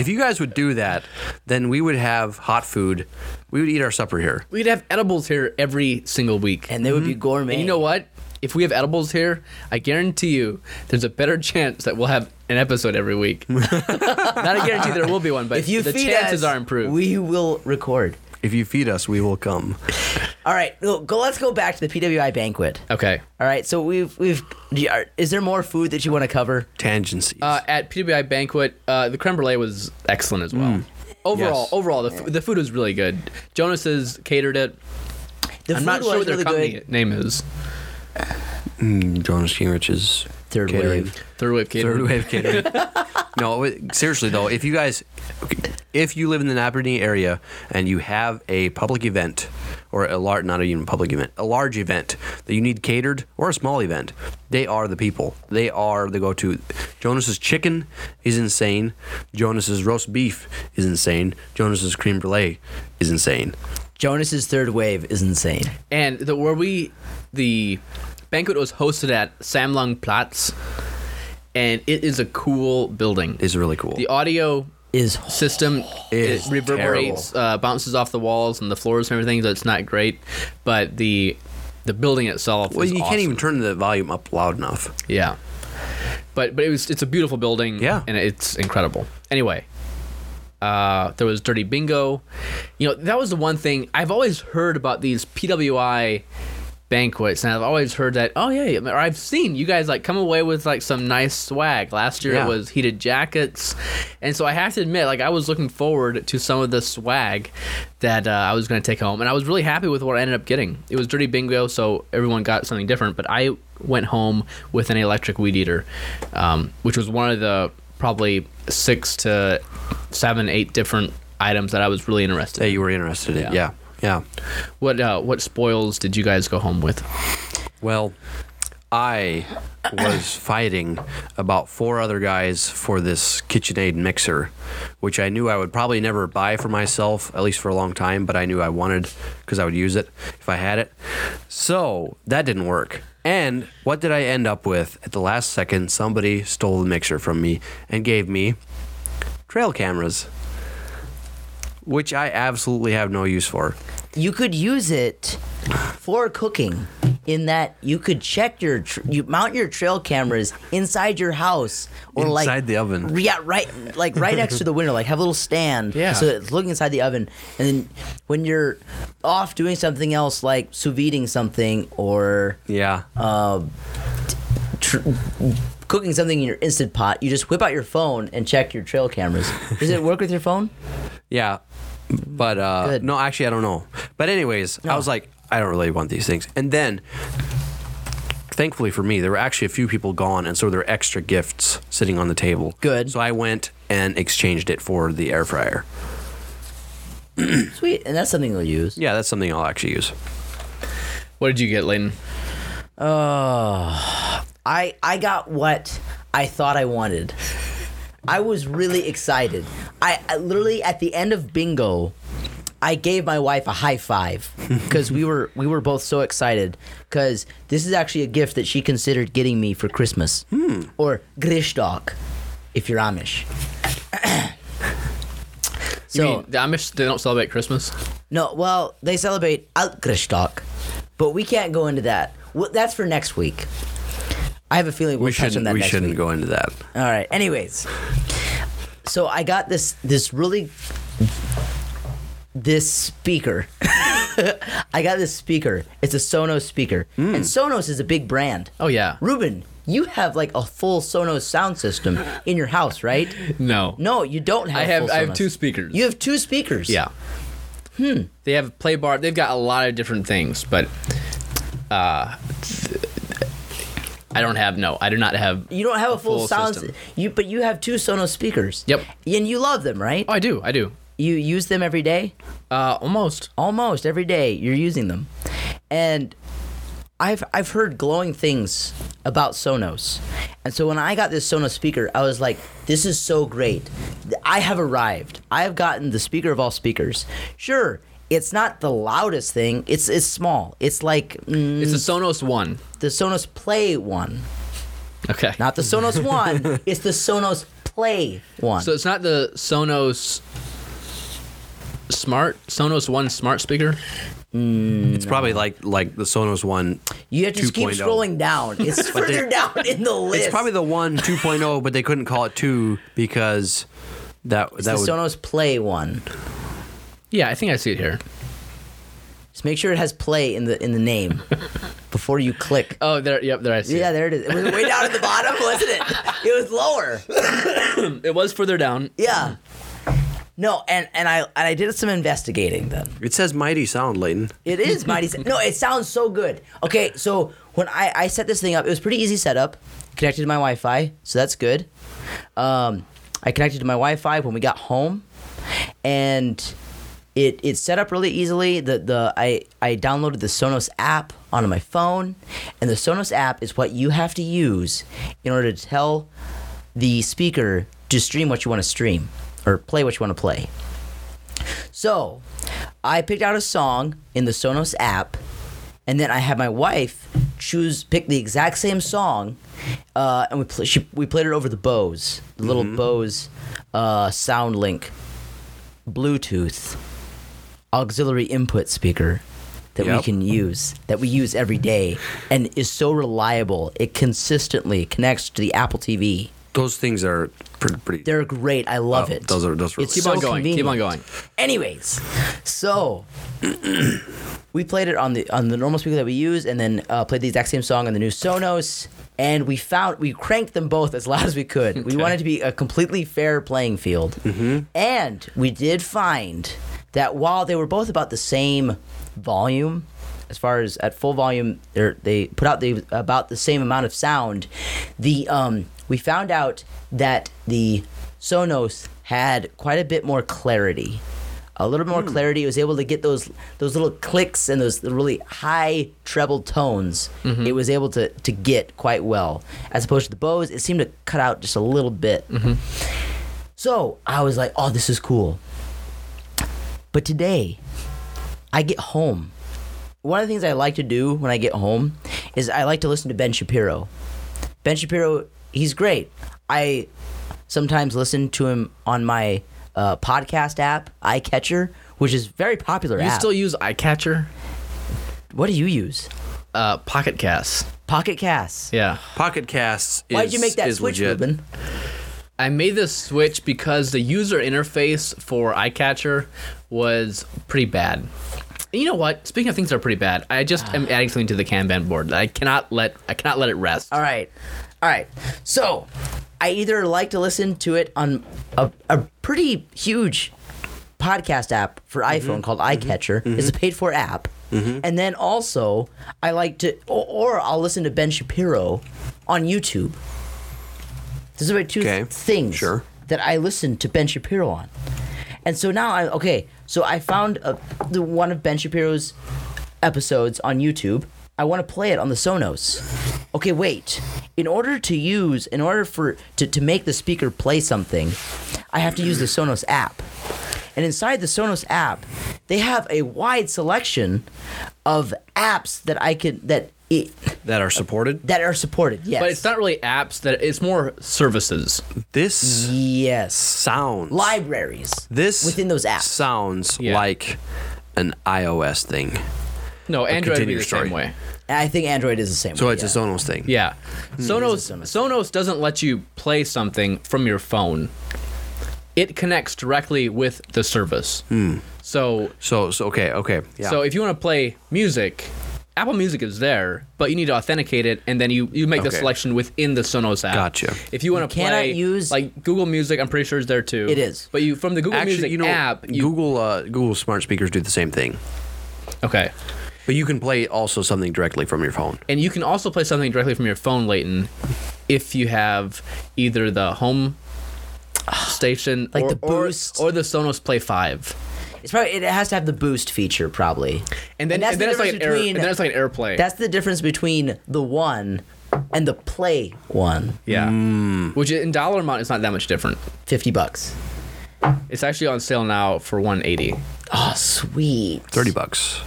E: If you guys would do that, then we would have hot food. We would eat our supper here.
C: We'd have edibles here every single week.
D: And they would be
C: Mm-hmm.
D: gourmet.
C: And you know what? If we have edibles here, I guarantee you there's a better chance that we'll have an episode every week. Not a guarantee there will be one, but
D: If you
C: the
D: feed
C: chances
D: us,
C: are improved.
D: We will record.
E: If you feed us, we will come.
D: All right, go, go- Let's go back to the PWI banquet.
C: okay.
D: All right, so we've we've. do you- are- Is there more food that you want to cover?
E: Tangencies.
C: Uh, at PWI banquet, uh, the creme brulee was excellent as well.
D: Mm.
C: Overall,
E: Yes.
C: overall, the, f- the food was really good. Jonas's catered it.
D: The
C: I'm
D: food
C: not sure
D: was
C: what their
D: really
C: company
D: good.
C: name is.
E: Jonas Kingrich's
D: Third
E: Catering.
D: wave.
C: Third wave kid.
E: Third wave catering. no, it- seriously though, if you guys, okay, if you live in the Naperton area and you have a public event or a large, not even a public event, a large event that you need catered or a small event, they are the people. They are the go-to. Jonas's chicken is insane. Jonas's roast beef is insane. Jonas's cream brulee is insane.
D: Jonas's third wave is insane.
C: And the where we the banquet was hosted at Samlung Platz and it is a cool building.
E: It's really cool.
C: the audio
D: Is
C: system it
E: Is
C: reverberates, uh, bounces off the walls and the floors and everything, so it's not great. But the the building itself
E: well,
C: is
E: you
C: awesome.
E: can't even turn the volume up loud enough.
C: Yeah. But but it was it's a beautiful building.
E: Yeah.
C: And it's incredible. Anyway. Uh, there was Dirty Bingo. You know, that was the one thing I've always heard about these PWI banquets, and I've always heard that, oh, yeah, or I've seen you guys like come away with like some nice swag. Last year
E: Yeah.
C: it was heated jackets. And so I have to admit, like, I was looking forward to some of the swag that uh, I was going to take home, and I was really happy with what I ended up getting. It was Dirty Bingo, so everyone got something different, but I went home with an electric weed eater, um, which was one of the probably six to seven, eight different items that I was really interested.
E: That
C: in.
E: you were interested in.
C: Yeah.
E: Yeah. Yeah.
C: What uh, what spoils did you guys go home with?
E: Well, I was fighting about four other guys for this KitchenAid mixer, which I knew I would probably never buy for myself, at least for a long time, but I knew I wanted because I would use it if I had it. So that didn't work. And what did I end up with? At the last second, somebody stole the mixer from me and gave me trail cameras, which I absolutely have no use for.
D: you could use it for cooking in that you could check your tr- you mount your trail cameras inside your house or like
E: Inside the oven.
D: R- yeah right like right next to the window like have a little stand
C: Yeah.
D: so that it's looking inside the oven and then when you're off doing something else like sous videing something or
E: Yeah.
D: tr- cooking something in your instant pot you just whip out your phone and check your trail cameras does it work with your phone
E: Yeah. But uh
D: Good. Oh.
E: no, actually I don't know. But anyways, I was like I don't really want these things. And then thankfully for me, there were actually a few people gone and so there were extra gifts sitting on the table.
D: Good.
E: So I went and exchanged it for the air fryer.
D: sweet and that's something you'll use
E: Yeah, that's something I'll actually use.
C: What did you get, Layton?
D: I I got what I thought I wanted. I was really excited. I, I literally at the end of bingo, I gave my wife a high five because we were we were both so excited because this is actually a gift that she considered getting me for Christmas
E: Hmm.
D: or Grishtok, if you're Amish.
C: You
D: so
C: mean the Amish they don't celebrate Christmas.
D: no, well they celebrate Altgrishtok, but we can't go into that. Well, that's for next week. I have a feeling we'll
E: We
D: touch on
E: shouldn't
D: that
E: we
D: next
E: shouldn't
D: week.
E: go into that.
D: All right. Anyways, so I got this this really this speaker. I got this speaker. It's a Sonos speaker, and Sonos is a big brand.
C: Hmm. Oh yeah.
D: Ruben, you have like a full Sonos sound system in your house, right?
C: No.
D: No, you don't have.
C: I have
D: full
C: I have
D: Sonos.
C: two speakers.
D: You have two speakers.
C: Yeah. Hmm. They have play bar. They've got a lot of different things, but uh, I don't have. No, I do not have.
D: You don't have a full,
C: full
D: sound.
C: system.
D: You but you have two Sonos speakers.
C: Yep.
D: And you love them, right?
C: Oh, I do. I do.
D: You use them every day.
C: Uh, almost.
D: almost every day you're using them and i've i've heard glowing things about sonos and so when i got this sonos speaker i was like this is so great i have arrived i have gotten the speaker of all speakers sure it's not the loudest thing it's it's small it's like mm,
C: It's a Sonos One.
D: the sonos play one
C: Okay.
D: not the sonos one it's the sonos play one
C: so it's not the Sonos Smart Sonos One Smart speaker.
E: It's probably like like the Sonos one.
D: you have to just keep
E: 2.0.
D: scrolling down it's further down in the list
E: oh. It's probably the one 2.0, but they couldn't call it 2 because that
D: It's
E: that
D: the
E: would
D: sonos play one
C: Yeah, I think I see it here.
D: Just make sure it has play in the in the name before you click.
C: Oh, there. Yep, there I see.
D: Yeah,
C: it.
D: there it is. It was way down at the bottom, wasn't it? It was lower.
C: it was further down.
D: Yeah. No, and and I and I did some investigating then.
E: It says mighty sound, Layton.
D: It is mighty. Sa- no, it sounds so good. Okay, so when I I set this thing up, it was pretty easy setup. connected to my Wi-Fi, so that's good. Um, I connected to my Wi-Fi when we got home, and it it's set up really easily. The the I I downloaded the Sonos app onto my phone, and the Sonos app is what you have to use in order to tell the speaker to stream what you want to stream or play what you want to play. So, I picked out a song in the Sonos app, and then I had my wife choose pick the exact same song, uh, and we pl- she, we played it over the Bose, the little Bose uh, Sound Link Bluetooth auxiliary input speaker that we
E: Yep.
D: can use that we use every day and is so reliable it consistently connects to the apple tv
E: Those things are pretty. pretty
D: they're great i love
E: Oh,
D: it
E: those are- those are
D: it's
E: really-
C: Keep
D: so
C: on going. Keep on
D: convenient.
C: going.
D: Anyways, so we played it on the on the normal speaker that we use, and then uh, played the exact same song on the new Sonos. And we found we cranked them both as loud as we could. We wanted to be a completely fair playing field, and we did find that while they were both about the same volume, as far as at full volume, they're- they put out the about the same amount of sound. The um, we found out that the Sonos had quite a bit more clarity a little bit more clarity. It was able to get those those little clicks and those really high treble tones. It was able to to get quite well, as opposed to the Bose. It seemed to cut out just a little bit. So I was like, "Oh, this is cool." But today, I get home. One of the things I like to do when I get home is I like to listen to Ben Shapiro. Ben Shapiro, he's great. I sometimes listen to him on my uh, podcast app, iCatcher, which is very popular
C: You
D: app.
C: still use iCatcher?
D: what do you use?
C: Uh, Pocket Casts.
D: Pocket Casts.
C: Yeah.
E: Pocket casts. Is,
D: Why'd you make that
E: is
D: switch,
E: legit.
D: Ruben?
C: I made this switch because the user interface for iCatcher was pretty bad. And you know what? Speaking of things that are pretty bad, I just am adding something to the Kanban board. that I cannot let I cannot let it rest.
D: All right. All right. So, I either like to listen to it on a, a pretty huge podcast app for iPhone called iCatcher. It's a paid for app. And then also, I like to, or, or I'll listen to Ben Shapiro on YouTube. Those are my two
E: Okay.
D: things
E: Sure.
D: that I listen to Ben Shapiro on. And so now I okay. So I found uh the one of Ben Shapiro's episodes on YouTube. I want to play it on the Sonos. Okay, wait. In order to use, in order for to, to make the speaker play something, I have to use the Sonos app. And inside the Sonos app, they have a wide selection of apps that I can that it,
E: that are supported.
D: that are supported. Yes.
C: But it's not really apps that it's more services.
E: This
D: yes.
E: sounds
D: Libraries.
E: This
D: within those apps.
E: sounds
C: Yeah.
E: like an iOS thing.
C: No, Android would be
E: continue
C: the
E: your
C: same
E: story.
C: way.
D: I think Android is the same.
E: So
D: way,
E: it's
D: yeah.
E: a Sonos thing.
C: Yeah. Sonos
D: Sonos.
C: Sonos doesn't let you play something from your phone. It connects directly with the service. So
E: So so okay okay. Yeah.
C: So if you want to play music, Apple Music is there, but you need to authenticate it, and then you, you make the
E: Okay.
C: selection within the Sonos app.
E: Gotcha.
C: If you want to
D: cannot
C: play
D: use-
C: like Google Music, I'm pretty sure is there too.
D: It is.
C: But you from the Google
E: actually
C: Music
E: you know
C: app, you
E: Google uh, Google smart speakers do the same thing,
C: okay,
E: but you can play also something directly from your phone.
C: and you can also play something directly from your phone, Leighton, if you have either the home station
D: Like
C: or,
D: the
C: or-
D: Boost.
C: or the Sonos Play Five.
D: It's probably it has to have the boost feature probably.
C: And then, and then it's like an air, and then it's like an airplay.
D: that's the difference between the one and the play one.
C: yeah.
E: Hmm.
C: Which in dollar amount is not that much different.
D: Fifty bucks.
C: It's actually on sale now for 180.
E: Ah,
D: Oh sweet.
E: Thirty bucks.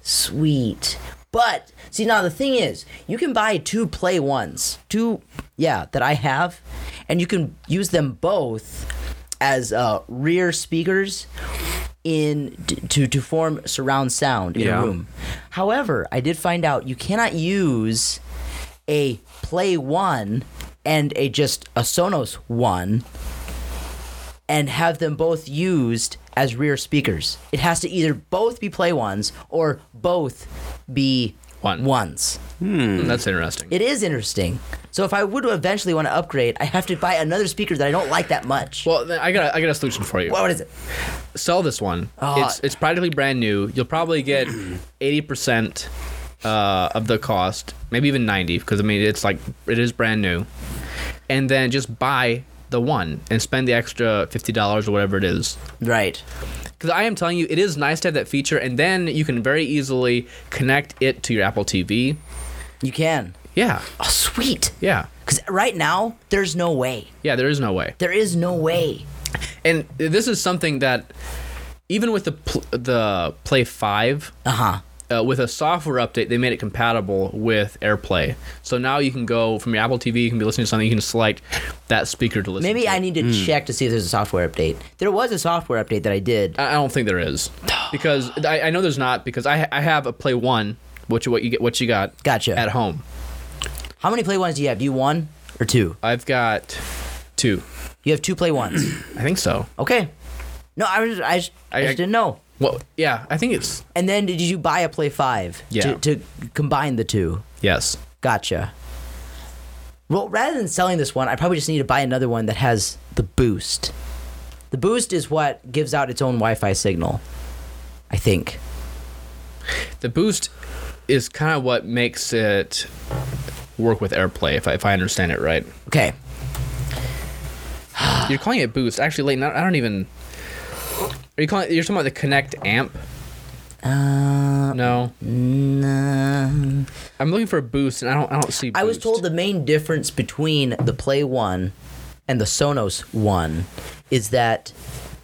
D: Sweet. But see now the thing is, you can buy two play ones. Two yeah, that I have. And you can use them both as uh, rear speakers in t- to to form surround sound in
E: Yeah.
D: a room. However, I did find out you cannot use a play one and a just a Sonos one and have them both used as rear speakers. It has to either both be play ones or both be
C: One.
D: ones.
C: That's interesting.
D: It is interesting. So if I would eventually want to upgrade, I have to buy another speaker that I don't like that much.
C: well, then I got a, I got a solution for you.
D: what is it?
C: Sell this one.
D: Oh.
C: It's it's practically brand new. You'll probably get eighty percent uh, of the cost, maybe even ninety, because I mean it's like it is brand new, and then just buy the one and spend the extra fifty dollars or whatever it is.
D: Right.
C: Because I am telling you, it is nice to have that feature, and then you can very easily connect it to your Apple TV.
D: You can.
C: Yeah,
D: Oh, sweet.
C: yeah,
D: Because right now, there's no way.
C: yeah. There is no way.
D: There is no way.
C: and this is something that even with the pl- the Play Five,
D: Uh huh.
C: uh, with a software update, they made it compatible with AirPlay. So now you can go from your Apple TV, you can be listening to something, you can select that speaker to listen.
D: Maybe
C: to.
D: I need to
C: Hmm.
D: check to see if there's a software update. There was a software update that I did.
C: I I don't think there is because I, I know there's not because I I have a Play One, which what you get what you got
D: Gotcha.
C: at home.
D: How many play ones do you have? Do you one or two?
C: I've got two,
D: You have two play ones.
C: I think so.
D: okay. No, I was I, just- I
C: I-
D: just
C: I-
D: didn't know.
C: Well, yeah, I think it's
D: And then did you buy a play five?
C: Yeah.
D: To, to combine the two.
C: yes.
D: Gotcha. Well, rather than selling this one, I probably just need to buy another one that has the boost. The boost is what gives out its own Wi-Fi signal. I think.
C: The boost is kind of what makes it work with AirPlay, if I, if I understand it right.
D: Okay.
C: You're calling it boost. Actually, Leighton, I I don't even. Are you calling? You're talking about the Connect amp? Uh, no.
D: Nah.
C: I'm looking for a boost, and I don't. I don't see. Boost.
D: I was told the main difference between the Play One and the Sonos One is that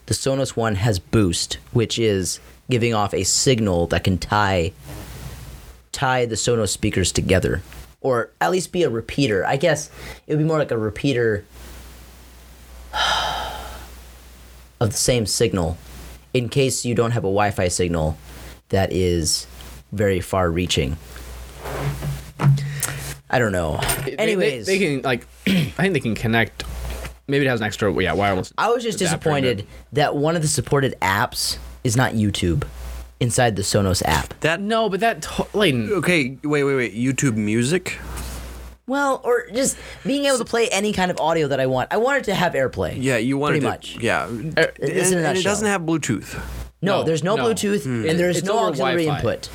D: the Sonos One has boost, which is giving off a signal that can tie tie the Sonos speakers together, or at least be a repeater. I guess it would be more like a repeater of the same signal, in case you don't have a Wi-Fi signal that is very far-reaching. I don't know.
C: They- they-
D: Anyways,
C: they, can like. I think they can connect. Maybe it has an extra yeah wireless.
D: I was just
C: adapter in
D: disappointed
C: it.
D: that one of the supported apps is not YouTube inside the Sonos app.
E: That
C: No, but that to- Leighton.
E: Okay, wait, wait, wait. YouTube Music.
D: Well, or just being able to play any kind of audio that I want. I wanted to have AirPlay.
E: Yeah, you
D: pretty
E: wanted to,
D: much.
E: Yeah, and,
D: it's in a
E: and it
D: nutshell.
E: doesn't have Bluetooth.
D: No,
C: No,
D: there's no,
C: no.
D: Bluetooth
C: It-
D: and there's
C: it's
D: no
C: over
D: auxiliary
C: Wi-Fi.
D: input.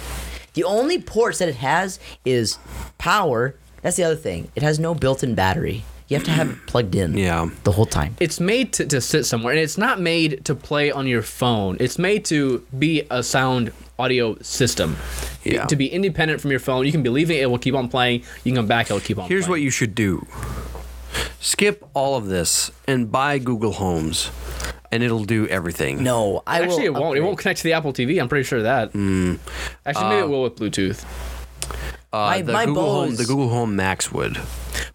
D: The only ports that it has is power. That's the other thing. It has no built-in battery. You have to have it plugged in.
E: Yeah.
D: The whole time.
C: It's made to, to sit somewhere, and it's not made to play on your phone. It's made to be a sound audio system.
E: Yeah.
C: To be independent from your phone, you can be leaving, it will keep on playing. You can come back, it will keep on.
E: Here's what
C: playing.
E: you should do. Skip all of this and buy Google Homes, and it'll do everything. Uh,
D: No, I will.
C: Actually, it won't. It
D: upgrade. Hmm.
C: won't connect to the Apple TV. I'm pretty sure of that. Actually, maybe it will with Bluetooth.
E: Uh,
D: my-
E: the
D: my
E: Google Home,
D: Bose-
E: the Google Home Max would.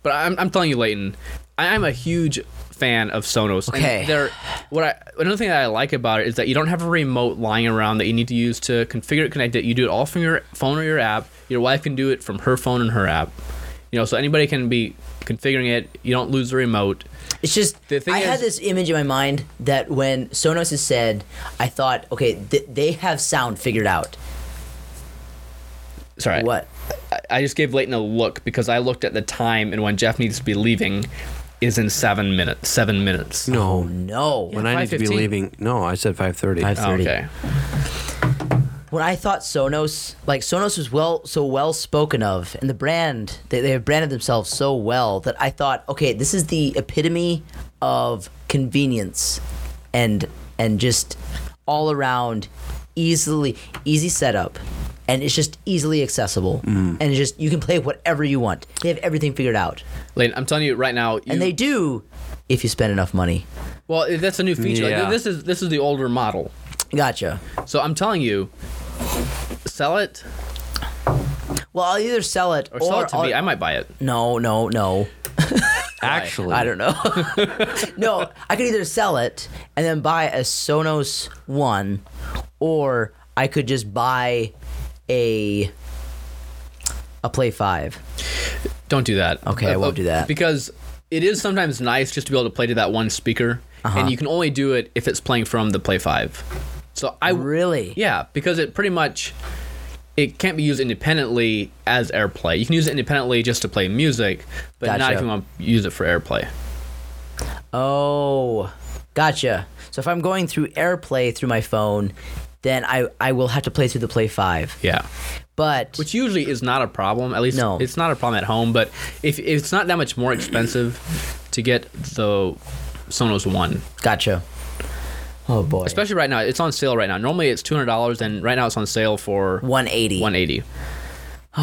C: But I'm, I'm telling you, Leighton, I am a huge fan of Sonos.
D: Okay.
C: And they're, what I, another thing that I like about it is that you don't have a remote lying around that you need to use to configure it, connect it. You do it all from your phone or your app. Your wife can do it from her phone and her app. You know, so anybody can be configuring it. You don't lose the remote.
D: It's just
C: The thing
D: I had
C: is-
D: this image in my mind that when Sonos is said, I thought, okay, th- they have sound figured out.
C: Sorry.
D: What?
C: I, I just gave Leighton a look because I looked at the time and when Jeff needs to be leaving is in seven minutes. Seven minutes.
E: No,
D: No.
E: when Oh, I need to be
C: 5:15.
E: leaving. No, I said five thirty.
D: Five-
C: Oh,
D: 30.
C: okay.
D: when I thought Sonos, like Sonos was well so well spoken of, and the brand they, they have branded themselves so well that I thought, okay, this is the epitome of convenience, and and just all around easily easy setup, and it's just easily accessible, and it's just you can play whatever you want. They have everything figured out,
C: Leighton, I'm telling you right now. You,
D: and they do if you spend enough money.
C: Well, that's a new feature. Like,
E: Yeah.
C: this is this is the older model.
D: Gotcha.
C: So I'm telling you, sell it
D: Well, I'll either sell it or,
C: or, sell it to
D: I'll-
C: me. I might buy it.
D: no, no, no.
E: Actually,
D: I don't know. no, I could either sell it and then buy a Sonos one, or I could just buy a a Play Five.
C: Don't do that. Uh,
D: Okay, I won't do that.
C: because it is sometimes nice just to be able to play to that one speaker,
D: Uh-huh.
C: and you can only do it if it's playing from the Play Five. So I
D: Really?
C: yeah because it pretty much it can't be used independently as AirPlay. You can use it independently just to play music, but not if
D: Gotcha.
C: you want to use it for AirPlay.
D: Oh, gotcha. So if I'm going through AirPlay through my phone, then I I will have to play through the Play Five.
C: Yeah.
D: But
C: which usually is not a problem. At least
D: No.
C: it's not a problem at home. But if, if it's not that much more expensive to get the Sonos One,
D: gotcha. Oh boy.
C: especially right now, it's on sale right now. Normally it's two hundred dollars, and right now it's on sale for
D: 180.
C: one eighty.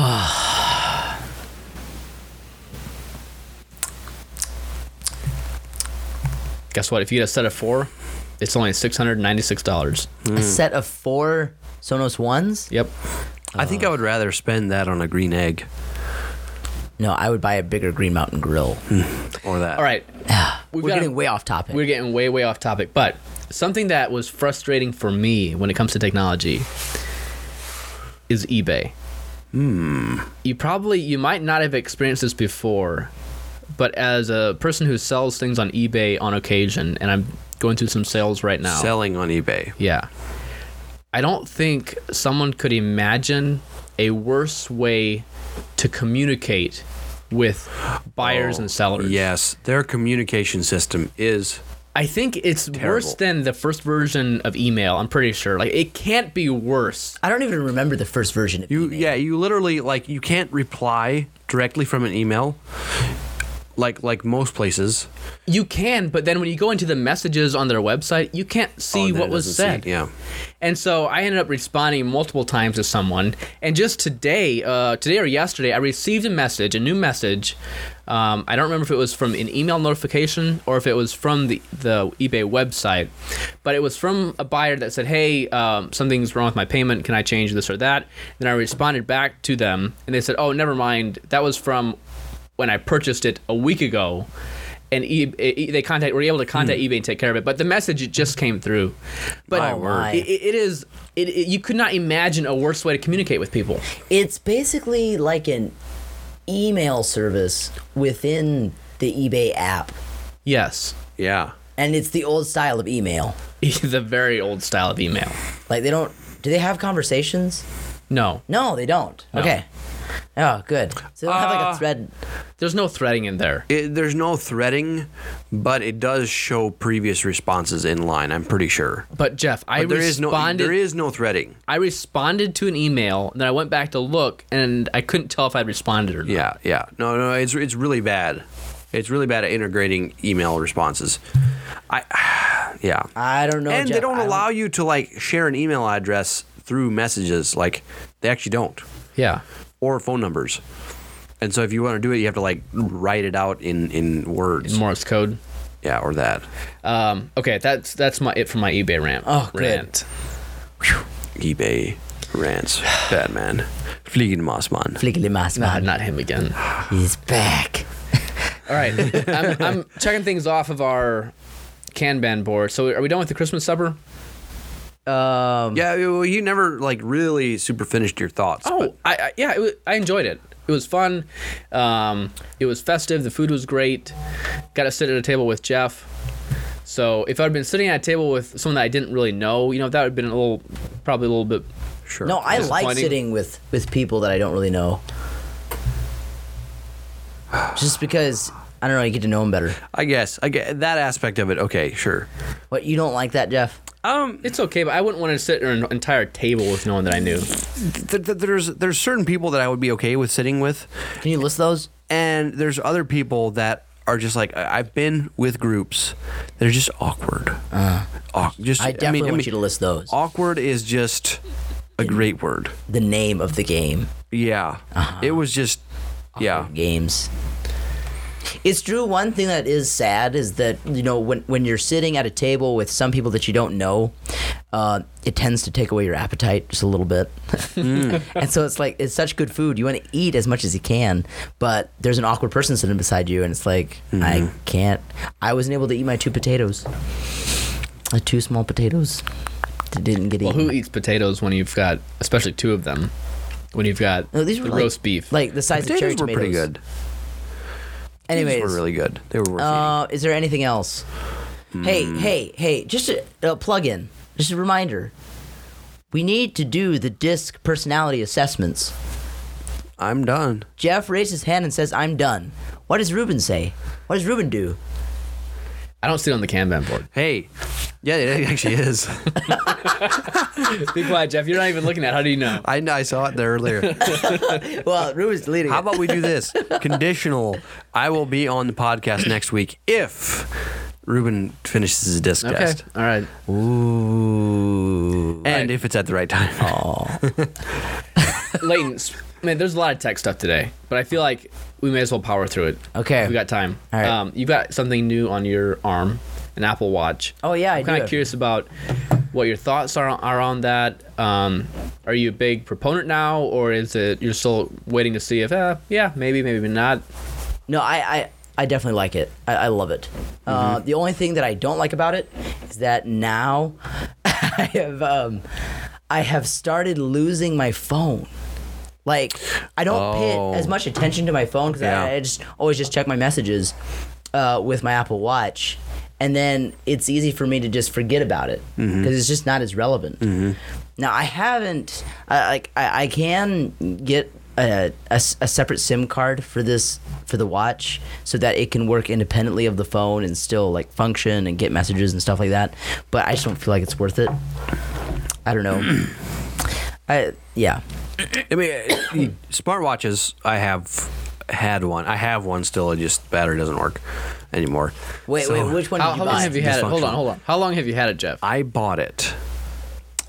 C: Guess what? If you get a set of four, it's only six hundred ninety six dollars.
D: A set of four Sonos ones?
C: Yep.
E: I think I would rather spend that on a green egg
D: No, I would buy a bigger Green Mountain grill.
E: or that.
C: All right. Hmm. We've
D: We're
C: got a-
D: getting way off topic.
C: we're getting way way off topic but something that was frustrating for me when it comes to technology is ebay hmm you probably you might not have experienced this before but as a person who sells things on ebay on occasion and i'm going through some sales right now
E: Selling on eBay.
C: yeah i don't think someone could imagine a worse way to communicate with buyers and sellers
E: Yes, their communication system is
C: I think it's worse than the first version of email. I'm pretty sure. Like it can't be worse.
D: I don't even remember the first version of
E: you
D: email.
E: yeah, you literally like you can't reply directly from an email like like most places.
C: You can, but then when you go into the messages on their website, you can't
E: Oh,
C: see
E: then
C: what
E: it
C: was
E: doesn't see-
C: said.
E: yeah.
C: And so I ended up responding multiple times to someone. And just today, uh, today or yesterday, I received a message, a new message. Um, I don't remember if it was from an email notification or if it was from the, the eBay website, but it was from a buyer that said, Hey, um, something's wrong with my payment. Can I change this or that? Then I responded back to them, and they said, Oh, never mind. That was from when I purchased it a week ago, and e- e- they contact were able to contact eBay and take care of it. But the message just came through. But
D: Hmm. My word.
C: it- it- it is it, it- you could not imagine a worse way to communicate with people.
D: It's basically like an email service within the eBay app.
C: Yes,
E: Yeah.
D: And it's the old style of email.
C: the very old style of email.
D: Like they don't do they have conversations?
C: No,
D: No, they don't. Okay. Oh, good. So they don't have like
E: Uh,
D: a thread.
C: there's no threading in there.
E: It, there's no threading, but it does show previous responses in line, I'm pretty sure.
C: But Jeff, I
E: But there is no e-,
C: responded.
E: there is no threading.
C: I responded to an email, and then I went back to look, and I couldn't tell if I'd responded or not.
E: Yeah, yeah. No, no, it's it's really bad. It's really bad at integrating email responses. I yeah.
D: I don't know.
E: and they
D: Jeff.
E: don't
D: I
E: allow you to like share an email address through messages. Like they actually don't,
C: Yeah.
E: or phone numbers. And so if you want to do it, you have to like write it out in in words.
C: Morse code.
E: yeah, or that.
C: Um, okay, that's that's my it for my eBay rant.
D: Oh, good.
C: rant.
E: eBay rants. Batman. Fliegen Mossman.
D: Flickily mask
C: Ah,
D: man.
C: not him again.
D: He's back.
C: All right, I'm, I'm checking things off of our Kanban board. So are we done with the Christmas supper?
D: Um,
E: Yeah, well, you never like really super finished your thoughts.
C: Oh,
E: but-
C: I, I yeah, it wa- I enjoyed it. It was fun. Um, it was festive. The food was great. Got to sit at a table with Jeff. So if I'd been sitting at a table with someone that I didn't really know, you know, that would have been a little, probably a little bit.
E: sure.
D: no, I like
C: Disappointing.
D: sitting with with people that I don't really know. Just because I don't know, you get to know them better.
E: I guess I get that aspect of it. Okay, sure.
D: What you don't like that, Jeff?
E: Um,
C: It's okay, but I wouldn't want to sit at an entire table with no one that I knew.
E: th- th- there's there's certain people that I would be okay with sitting with.
D: Can you list those?
E: and there's other people that are just like I- I've been with groups that are just awkward. Awk- just
D: Uh, I definitely
E: mean- I
D: want
E: mean,
D: you to list those.
E: Awkward is just a great word.
D: The name of the game.
E: Yeah,
D: Uh-huh.
E: it was just yeah.
D: games. It's true. One thing that is sad is that you know when when you're sitting at a table with some people that you don't know, uh, it tends to take away your appetite just a little bit.
E: Mm.
D: and so it's like it's such good food. You want to eat as much as you can, but there's an awkward person sitting beside you, and it's like I
E: Mm-hmm.
D: can't. I wasn't able to eat my two potatoes. Uh, two small potatoes that didn't get
C: Well,
D: eaten.
C: who eats potatoes when you've got, especially two of them, when you've got
D: No, these
C: the
D: were like,
C: roast beef?
D: like the size of cherry
E: Potatoes were
D: tomatoes.
E: pretty good.
D: Anyways,
E: Potatoes were really good. They were worth eating.
D: Uh, is there anything else? Hey,
E: Hmm.
D: hey, hey! Just a, a plug in. Just a reminder. We need to do the disc personality assessments.
E: I'm done.
D: Jeff raises his hand and says, "I'm done." What does Ruben say? What does Ruben do?
C: I don't see it on the Kanban board.
E: Hey, Yeah, it actually is.
C: Be quiet, Jeff. You're not even looking at. it. How do you know?
E: I, I saw it there earlier.
D: Well, Ruben's deleting
E: How
D: it.
E: about we do this? Conditional. I will be on the podcast next week if Ruben finishes his disc
C: Okay.
E: test.
C: All right.
D: Ooh.
E: And if it's at the right time.
C: Leighton, s- man, there's a lot of tech stuff today, but I feel like we may as well power through it.
D: Okay.
C: We got time.
D: All right.
C: Um, you've got something new on your arm, an Apple Watch.
D: Oh, yeah, I
C: I'm kind
D: do.
C: of curious about what your thoughts are, are on that. Um, are you a big proponent now, or is it you're still waiting to see if, uh, yeah, maybe, maybe not?
D: No, I, I, I definitely like it. I, I love it. Uh, the only thing that I don't like about it is that now I have, um, I have started losing my phone. Like, I don't
E: Oh.
D: pay as much attention to my phone because
E: Yeah.
D: I, I just always just check my messages uh, with my Apple Watch, and then it's easy for me to just forget about it because
E: Mm-hmm.
D: it's just not as relevant. Now I haven't. I like I, I can get a, a s- a separate SIM card for this for the watch so that it can work independently of the phone and still like function and get messages and stuff like that. But I just don't feel like it's worth it. I don't know. I yeah.
E: I mean, uh, smartwatches. I have had one. I have one still. It just battery doesn't work anymore.
D: Wait,
E: So,
D: wait. Which one
C: How,
D: did
C: how
D: you
C: long
D: buy?
C: have you had it? Hold
E: Dysfunctional.
C: on, hold on. Ah, How long have you had it, Jeff?
E: I bought it.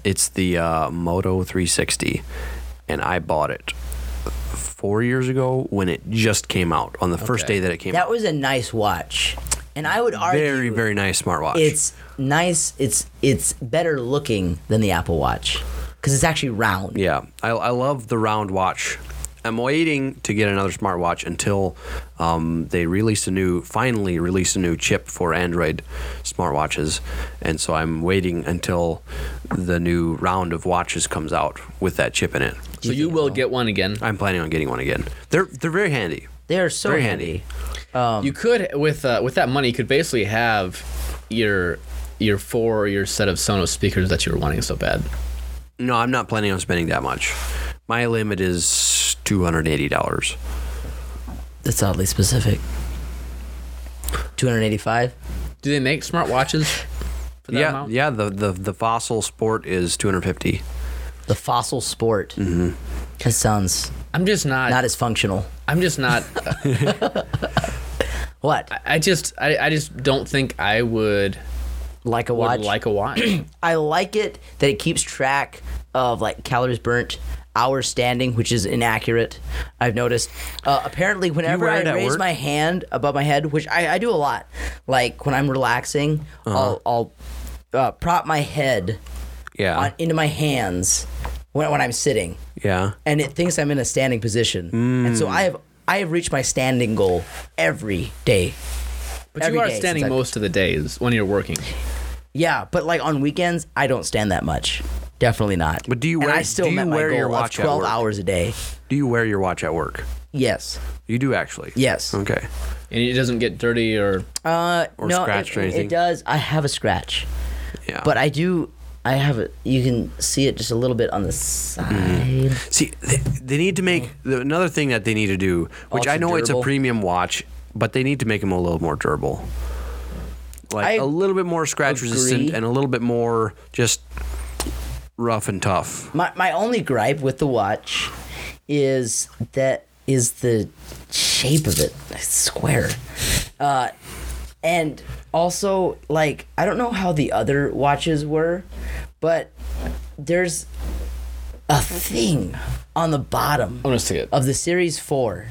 E: It's the uh, Moto 360, and I bought it four years ago when it just came out on the first
C: Okay.
E: day that it came
D: that
E: out.
D: was a nice watch, and I would argue
E: Very, very nice smartwatch.
D: it's nice. It's it's better looking than the Apple Watch because it's actually round.
E: Yeah, I, I love the round watch. I'm waiting to get another smartwatch until um, they release a new, finally release a new chip for Android smartwatches, and so I'm waiting until the new round of watches comes out with that chip in it.
C: so you will get one again.
E: I'm planning on getting one again. They're they're very handy.
D: They are so
E: Very
D: handy.
E: handy.
C: you could with uh, with that money, you could basically have your your four or your set of Sonos speakers that you were wanting so bad.
E: No, I'm not planning on spending that much. My limit is two hundred eighty dollars.
D: That's oddly specific. 285?
C: Do they make smart watches? For that
E: Yeah,
C: amount?
E: yeah. The, the the fossil sport is two hundred fifty.
D: The fossil sport. Mm-hmm. That sounds
C: I'm just not.
D: not as functional.
C: I'm just not.
D: What?
C: I just. I, I just don't think I would,
D: Like a
C: would
D: watch?
C: like a watch.
D: I like it that it keeps track of like calories burnt, hours standing, which is inaccurate. I've noticed. Uh, apparently, whenever
E: wear
D: I
E: it at
D: raise
E: work?
D: my hand above my head, which I, I do a lot, like when I'm relaxing,
E: Uh-huh.
D: I'll, I'll uh, prop my head
E: Yeah,
D: on, into my hands when, when I'm sitting.
E: yeah.
D: and it thinks I'm in a standing position. And
E: Mm.
D: so I have I have reached my standing goal every day.
C: But you
D: Every
C: are
D: day since
C: standing
D: I've-
C: most of the days when you're working.
D: Yeah, but like on weekends, I don't stand that much. Definitely not.
E: But do you
D: And
E: wear-
D: I still
E: do you
D: met my
E: wear
D: goal
E: your
D: of
E: watch at
D: twelve
E: work?
D: hours a day.
E: Do you wear your watch at work?
D: Yes.
E: You do actually.
D: Yes.
E: Okay.
C: And it doesn't get dirty or
D: Uh,
E: Or
D: no,
E: scratched
D: it,
E: or
D: it-
E: anything?
D: it does. I have a scratch,
E: Yeah.
D: but I do. I have it. You can see it just a little bit on the side.
E: see, they, they need to make the, another thing that they need to do, which
D: Also
E: I know it's a
D: durable.
E: premium watch, but they need to make them a little more durable.
D: I
E: Like a little bit more scratch resistant
D: agree.
E: and a little bit more just rough and tough.
D: My my only gripe with the watch is that is the shape of it. It's square. Uh and also like I don't know how the other watches were, but there's a thing on the bottom
C: I'm gonna see it.
D: of the series 4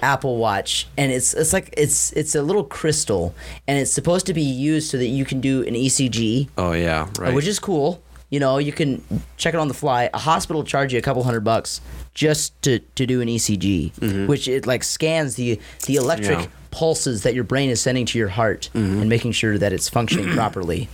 D: Apple Watch and it's it's like it's it's a little crystal and it's supposed to be used so that you can do an E ECG
E: Oh yeah, right.
D: Uh, which is cool. You know, you can check it on the fly. A hospital will charge you a couple hundred bucks just to, to do an ECG, which it like scans the the electric
E: Mm-hmm. Yeah. Mm-hmm.
D: pulses that your brain is sending to your heart and making sure that it's functioning properly.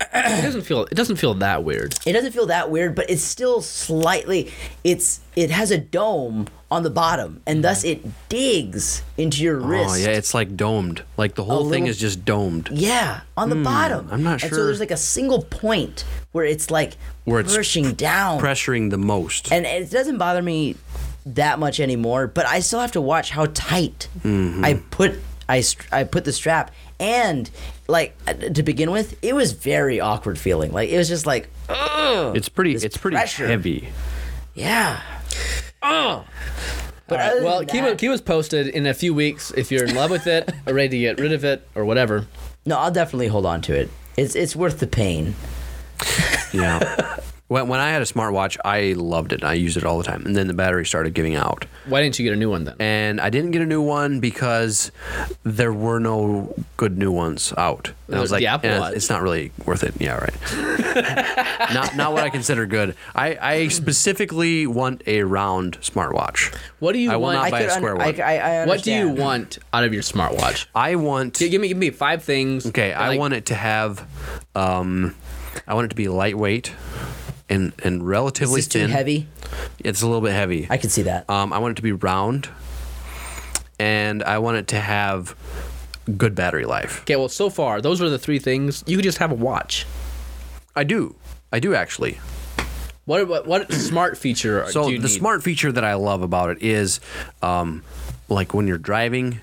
C: It doesn't feel. It doesn't feel that weird.
D: It doesn't feel that weird, but it's still slightly it's it has a dome on the bottom and thus it digs into your wrist.
E: oh yeah, it's like domed. Like the whole thing
D: little-
E: is just domed.
D: Yeah, on the bottom.
E: Hmm, I'm not
D: And so
E: sure.
D: there's like a single point where it's like
E: Where it's
D: pushing down.
E: Pressuring the most.
D: and it doesn't
C: Mm-hmm.
D: bother me that much anymore but i still have to watch how tight i put I str- I put the strap and like uh, to begin with, it was very awkward feeling. Like it was just like, ugh,
E: It's pretty.
D: This
E: It's pretty
D: pressure.
E: heavy.
D: yeah.
C: Oh. All
D: other
C: right.
D: than
C: Well, keep it,
D: that-
C: keep us posted in a few weeks if you're in love with it or ready to get rid of it or whatever.
D: No, I'll definitely hold on to it. It's it's worth the pain.
E: Yeah. when when I had a smartwatch, I loved it. I used it all the time, and then the battery started giving out.
C: Why didn't you get a new one then?
E: and I didn't get a new one because there were no good new ones out. And I was
C: The
E: like,
C: Apple
E: eh,
C: Watch.
E: it's not really worth it. Yeah, right. not not what I consider good. I, I specifically want a round smartwatch.
C: What do you
E: I will
C: want-
E: not
C: I
E: buy a
D: could un-
E: square
D: I,
E: one. I,
D: I, I
C: what do you
D: understand.
C: want out of your smartwatch?
E: want.
C: Give me give me five things.
E: Okay, I
C: like-
E: want it to have. Um, I want it to be lightweight and and
D: Is
E: relatively
D: this too
E: thin.
D: heavy?
E: It's a little bit heavy.
D: I can see that.
C: Uh.
E: Um, I want it to be round, and I want it to have good battery life.
C: Okay, well, so far those are the three things. You could just have a watch.
E: I do, I do actually.
C: What what, what smart feature
E: So
C: do
E: the
C: you need?
E: smart feature that I love about it is, um, like when you're driving,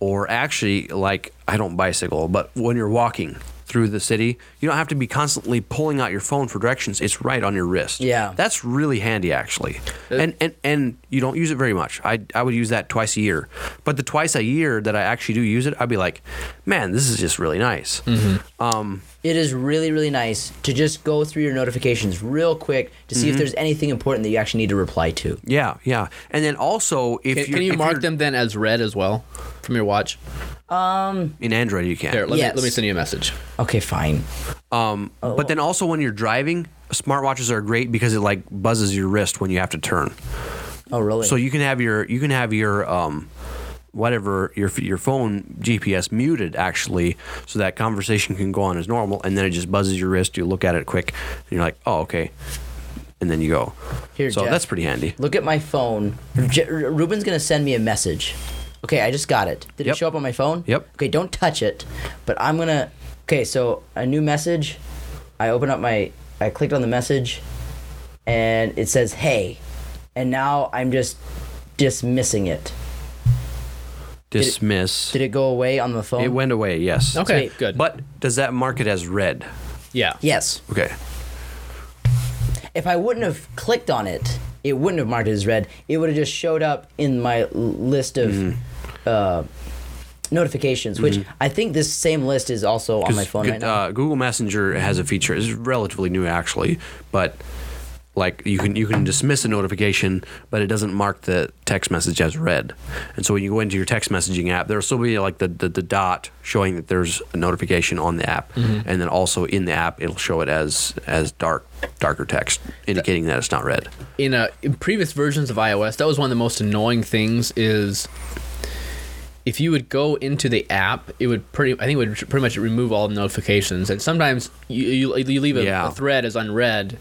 E: or actually like I don't bicycle, but when you're walking through the city, you don't have to be constantly pulling out your phone for directions. It's right on your wrist.
D: Yeah.
E: that's really handy actually,
C: Uh,
E: and and and you don't use it very much. I I would use that twice a year, but the twice a year that I actually do use it, I'd be like, man, this is just really nice.
C: Mm-hmm.
E: Um,
D: It is really, really nice to just go through your notifications real quick to
C: Mm-hmm.
D: see if there's anything important that you actually need to reply to.
E: yeah, yeah, and then also if
C: Can,
E: you're-
C: can you
E: if
C: mark
E: you're-
C: them then as red as well from your watch?
E: in Android, you can.
C: Here, let,
D: Yes.
C: me, let me send you a message.
D: Okay, fine.
E: Um,
D: Oh,
E: But then also when you're driving, smartwatches are great because it like buzzes your wrist when you have to turn.
D: Oh, really?
E: So you can have your you can have your um, whatever your your phone GPS muted actually, so that conversation can go on as normal, and then it just buzzes your wrist. You look at it quick, and you're like, oh okay, and then you go.
D: Here,
E: so
D: Jeff.
E: that's pretty handy.
D: look at my phone. Je- R- Ruben's gonna send me a message. Okay, I just got it. Did
E: Yep.
D: it show up on my phone?
E: Yep.
D: Okay, don't touch it. But I'm gonna. Okay, so a new message. I open up my. I clicked on the message, and it says "Hey," and now I'm just dismissing it.
E: Dismiss.
D: Did it go away on the phone?
E: it went away. Yes.
C: Okay,
D: Sweet.
C: good.
E: But does that mark it as red?
C: yeah,
D: Yes.
E: Okay.
D: if I wouldn't have clicked on it, it wouldn't have marked it as red. It would have just showed up in my l- list of
E: Mm-hmm.
D: uh, notifications, which I think this same list is also on my phone
E: Good-
D: right now.
E: Uh, Google Messenger has a feature. It's relatively new, actually, but like you can you can dismiss a notification, but it doesn't mark the text message as read. And so when you go into your text messaging app, there'll still be like the the, the dot showing that there's a notification on the app, and then also in the app it'll show it as as dark darker text, indicating that it's not read.
C: in a in previous versions of iOS, that was one of the most annoying things is if you would go into the app, it would pretty I think it would pretty much remove all the notifications. And sometimes you you, you leave a,
E: Yeah.
C: a thread as unread.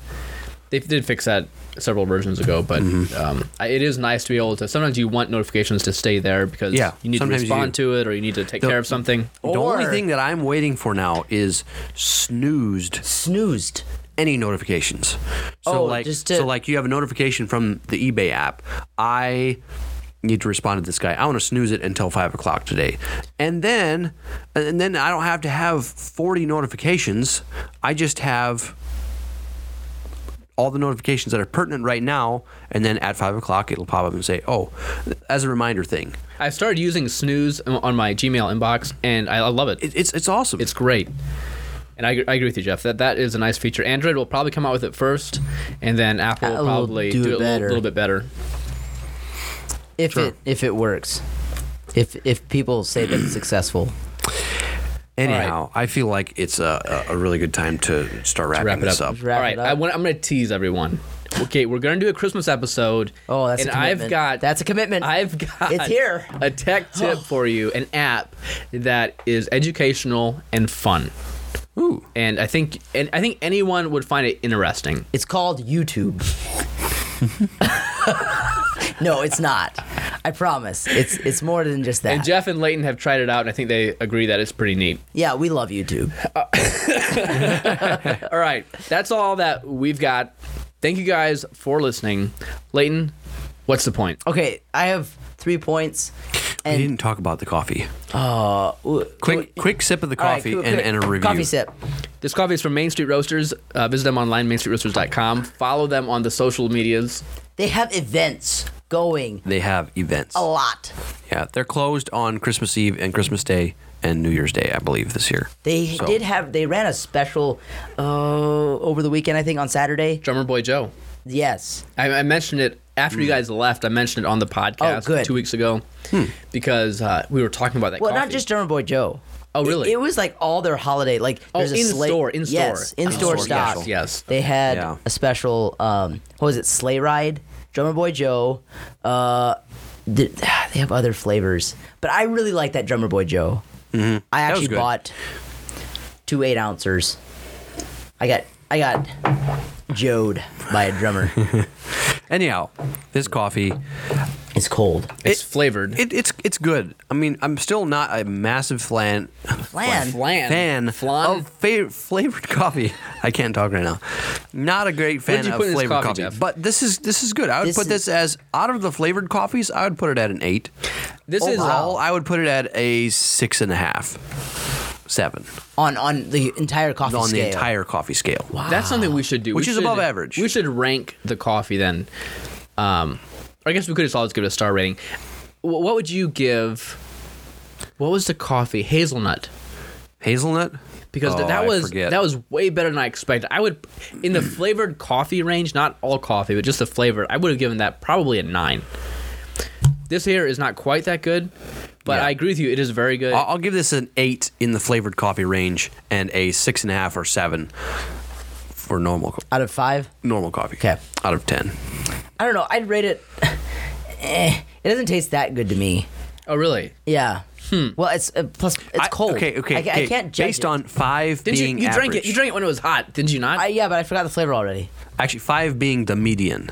C: They did fix that several versions ago, but
E: Mm-hmm.
C: um, I- it is nice to be able to. Sometimes you want notifications to stay there because
E: Yeah,
C: you need to
E: sometimes you
C: respond
E: do.
C: to it or you need to take
E: The-
C: care of something.
E: the only
D: Or-
E: thing that I'm waiting for now is snoozed
D: Snoozed.
E: any notifications. So
D: Oh,
E: like
D: just to-
E: so like you have a notification from the eBay app. I need to respond to this guy. I want to snooze it until five o'clock today, and then and then I don't have to have forty notifications. I just have all the notifications that are pertinent right now, and then at five o'clock it'll pop up and say, "Oh, as a reminder thing."
C: I started using Snooze on- on my Gmail inbox, and I, I love it.
E: It, it's it's awesome.
C: It's great. And I, agree- I agree with you, Jeff. That that is a nice feature. Android will probably come out with it first, and then Apple
D: Apple
C: will
D: will
C: probably
D: do
C: do, it a
D: it
C: little,
D: better.
C: little bit better.
D: If it if it works, if if people say that it's successful,
E: anyhow. I feel like it's a, a a really good time to start wrapping
C: Wrap it
E: this
C: up.
E: up.
D: Wrap
C: All right,
D: it up.
C: I want, I'm going to tease everyone. Okay, we're going to do a Christmas episode.
D: Oh, that's a
C: and I've
D: commitment.
C: got
D: That's a commitment.
C: I've got
D: It's here.
C: a tech tip for you, an app that is educational and fun,
E: Ooh.
C: and I think and I think anyone would find it interesting.
D: it's called YouTube. no, it's not. I promise. It's it's more than just that.
C: And Jeff and Layton have tried it out, and I think they agree that it's pretty neat.
D: yeah, we love YouTube.
C: All right, that's all that we've got. Thank you guys for listening. Layton, what's the point?
D: Okay, I have three points.
E: we
D: And-
E: didn't talk about the coffee.
D: Ooh,
E: Quick, quick sip of the
D: all right,
E: coffee
D: cool,
E: and,
D: quick.
E: and a review.
D: Coffee sip.
C: This coffee is from Main Street Roasters. Uh, visit them online, mainstreetroasters.com. Follow them on the social medias.
D: They have events going
E: They have events.
D: a lot.
E: Yeah, they're closed on Christmas Eve and Christmas Day and New Year's Day, I believe, this year.
D: They
E: So-
D: did have. They ran a special uh, over the weekend. I think on Saturday.
C: Drummer Boy Joe.
D: Yes.
C: I, I mentioned it after you guys left. I mentioned it on the podcast
D: Hmm. Oh, good. Hmm.
C: two weeks ago because uh, we were talking about that.
D: Well, not
C: coffee.
D: just Drummer Boy Joe.
C: Oh,
D: It-
C: really?
D: It, was like all their holiday. Like
C: Oh,
D: there's a
C: in
D: slate-
C: store, in store.
D: Yes, in
E: In-store
D: store stock.
E: special.
C: Yes.
D: They had
E: Yeah.
D: a special. Um, what was it? Sleigh ride. Drummer Boy Joe. Uh, did, they have other flavors, but I really like that Drummer Boy Joe. Mm-hmm. I
E: was
D: actually
E: good.
D: bought two eight ouncers. I got I got Jode by a drummer.
E: Anyhow, this coffee,
D: it's cold.
C: it's flavored.
E: it, it's it's good. I mean, I'm still not a massive fan
D: Flan.
C: Flan.
E: fan
C: Flan?
E: of fa- flavored coffee. I can't talk right now. Not a great fan
C: did you
E: of
C: put in this
E: flavored
C: coffee,
E: coffee,
C: Jeff?
E: but this is this is good. I would
D: This
E: put
D: is-
E: this as out of the flavored coffees. I would put it at an eight.
C: This is-
E: overall. I would put it at a six and a half, seven
D: on on the entire coffee
E: on
D: scale.
E: the entire coffee scale.
C: That's something we should do,
E: Which
C: We
E: is
C: should-
E: above average.
C: We should rank the coffee then. Um, or I guess we could just always give it a star rating. Wh- What would you give? What was the coffee? Hazelnut.
E: Hazelnut.
C: because th-
E: Oh,
C: that
E: I
C: was
E: forget.
C: that was way better than I expected. I would in the flavored coffee range, not all coffee, but just the flavor. I would have given that probably a nine. This here is not quite that good, but
E: Yeah.
C: I agree with you. It is very good.
E: I'll, I'll give this an eight in the flavored coffee range and a six and a half or seven for normal co-
D: out of five.
E: normal coffee.
D: Okay.
E: Out of ten.
D: I don't know. I'd rate it. eh, it doesn't taste that good to me.
C: oh really?
D: Yeah. Well, it's uh, plus it's
E: Hmm. I-
D: cold.
E: Okay, okay.
D: I, ca- I
E: okay.
D: can't judge
E: Based
D: it.
E: on five
C: Didn't
E: being
C: you? You drank it.
E: average.
C: You drank it when it was hot, didn't you not?
D: I, yeah, but I forgot the flavor already.
E: Actually, five being the median.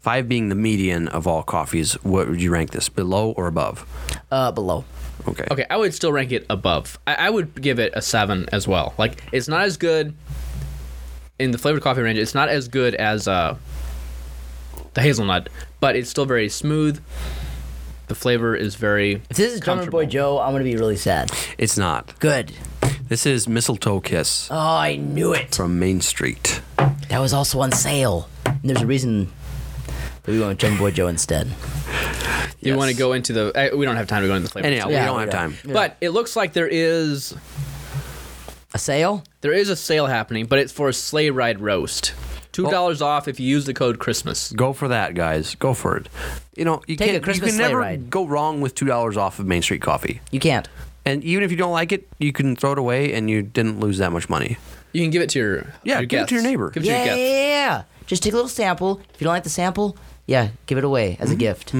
E: Five being the median of all coffees. What would you rank this? Below or above?
D: Uh, below.
E: Okay.
C: okay, I would still rank it above. I, I would give it a seven as well. Like it's not as good in the flavored coffee range. It's not as good as uh, the hazelnut, but it's still very smooth. The flavor is very.
D: If this is Drummer Boy
C: Comfortable.
D: Joe, I'm gonna be really sad.
E: It's not.
D: Good.
E: This is Mistletoe Kiss
D: Oh, I knew it.
E: from Main Street.
D: That was also on sale. And there's a reason that we went with Drummer Boy Joe instead.
C: Do you want to go into the? Uh, we don't have time to go into the flavor.
E: Anyhow,
D: Yeah,
E: we don't
D: we
E: have
D: don't.
E: time.
C: But it looks like there is
D: A sale?
C: there is a sale happening, but it's for a sleigh ride roast.
E: Oh.
C: Two dollars off if you use the code Christmas.
E: Go for that, guys. Go for it. You know, you
D: Take a
E: can't.
D: Christmas
E: you
D: sleigh
E: can never
D: ride.
E: go wrong with two dollars off of Main Street Coffee.
D: You can't.
E: And even if you don't like it, you can throw it away, and you didn't lose that much money.
C: You can give it to your
E: Yeah,
C: your
E: give it to your
C: guests.
E: neighbor.
C: Give it
D: Yeah,
C: to
D: yeah,
C: your guests.
D: yeah, yeah. Just take a little sample. If you don't like the sample, yeah, give it away
E: Mm-hmm.
D: as a gift.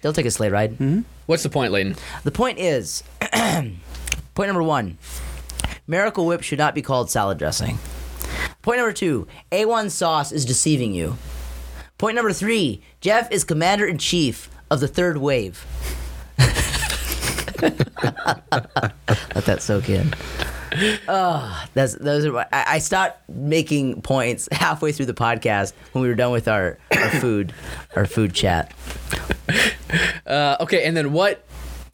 D: They'll take a sleigh ride.
C: What's the point, Layton?
D: The point is, point number one, Miracle Whip should not be called salad dressing. Point number two, A1 sauce is deceiving you. Point number three, Jeff is commander in chief of the third wave. Let that soak in. Oh, that's those are. my- I, I stopped making points halfway through the podcast when we were done with our, our food, our food chat.
C: Uh, okay, and then what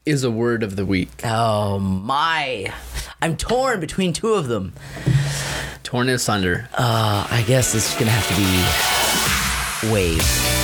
C: is a word of the week?
D: Oh my. I'm torn between two of them.
C: Torn asunder.
D: I guess it's gonna have to be wave.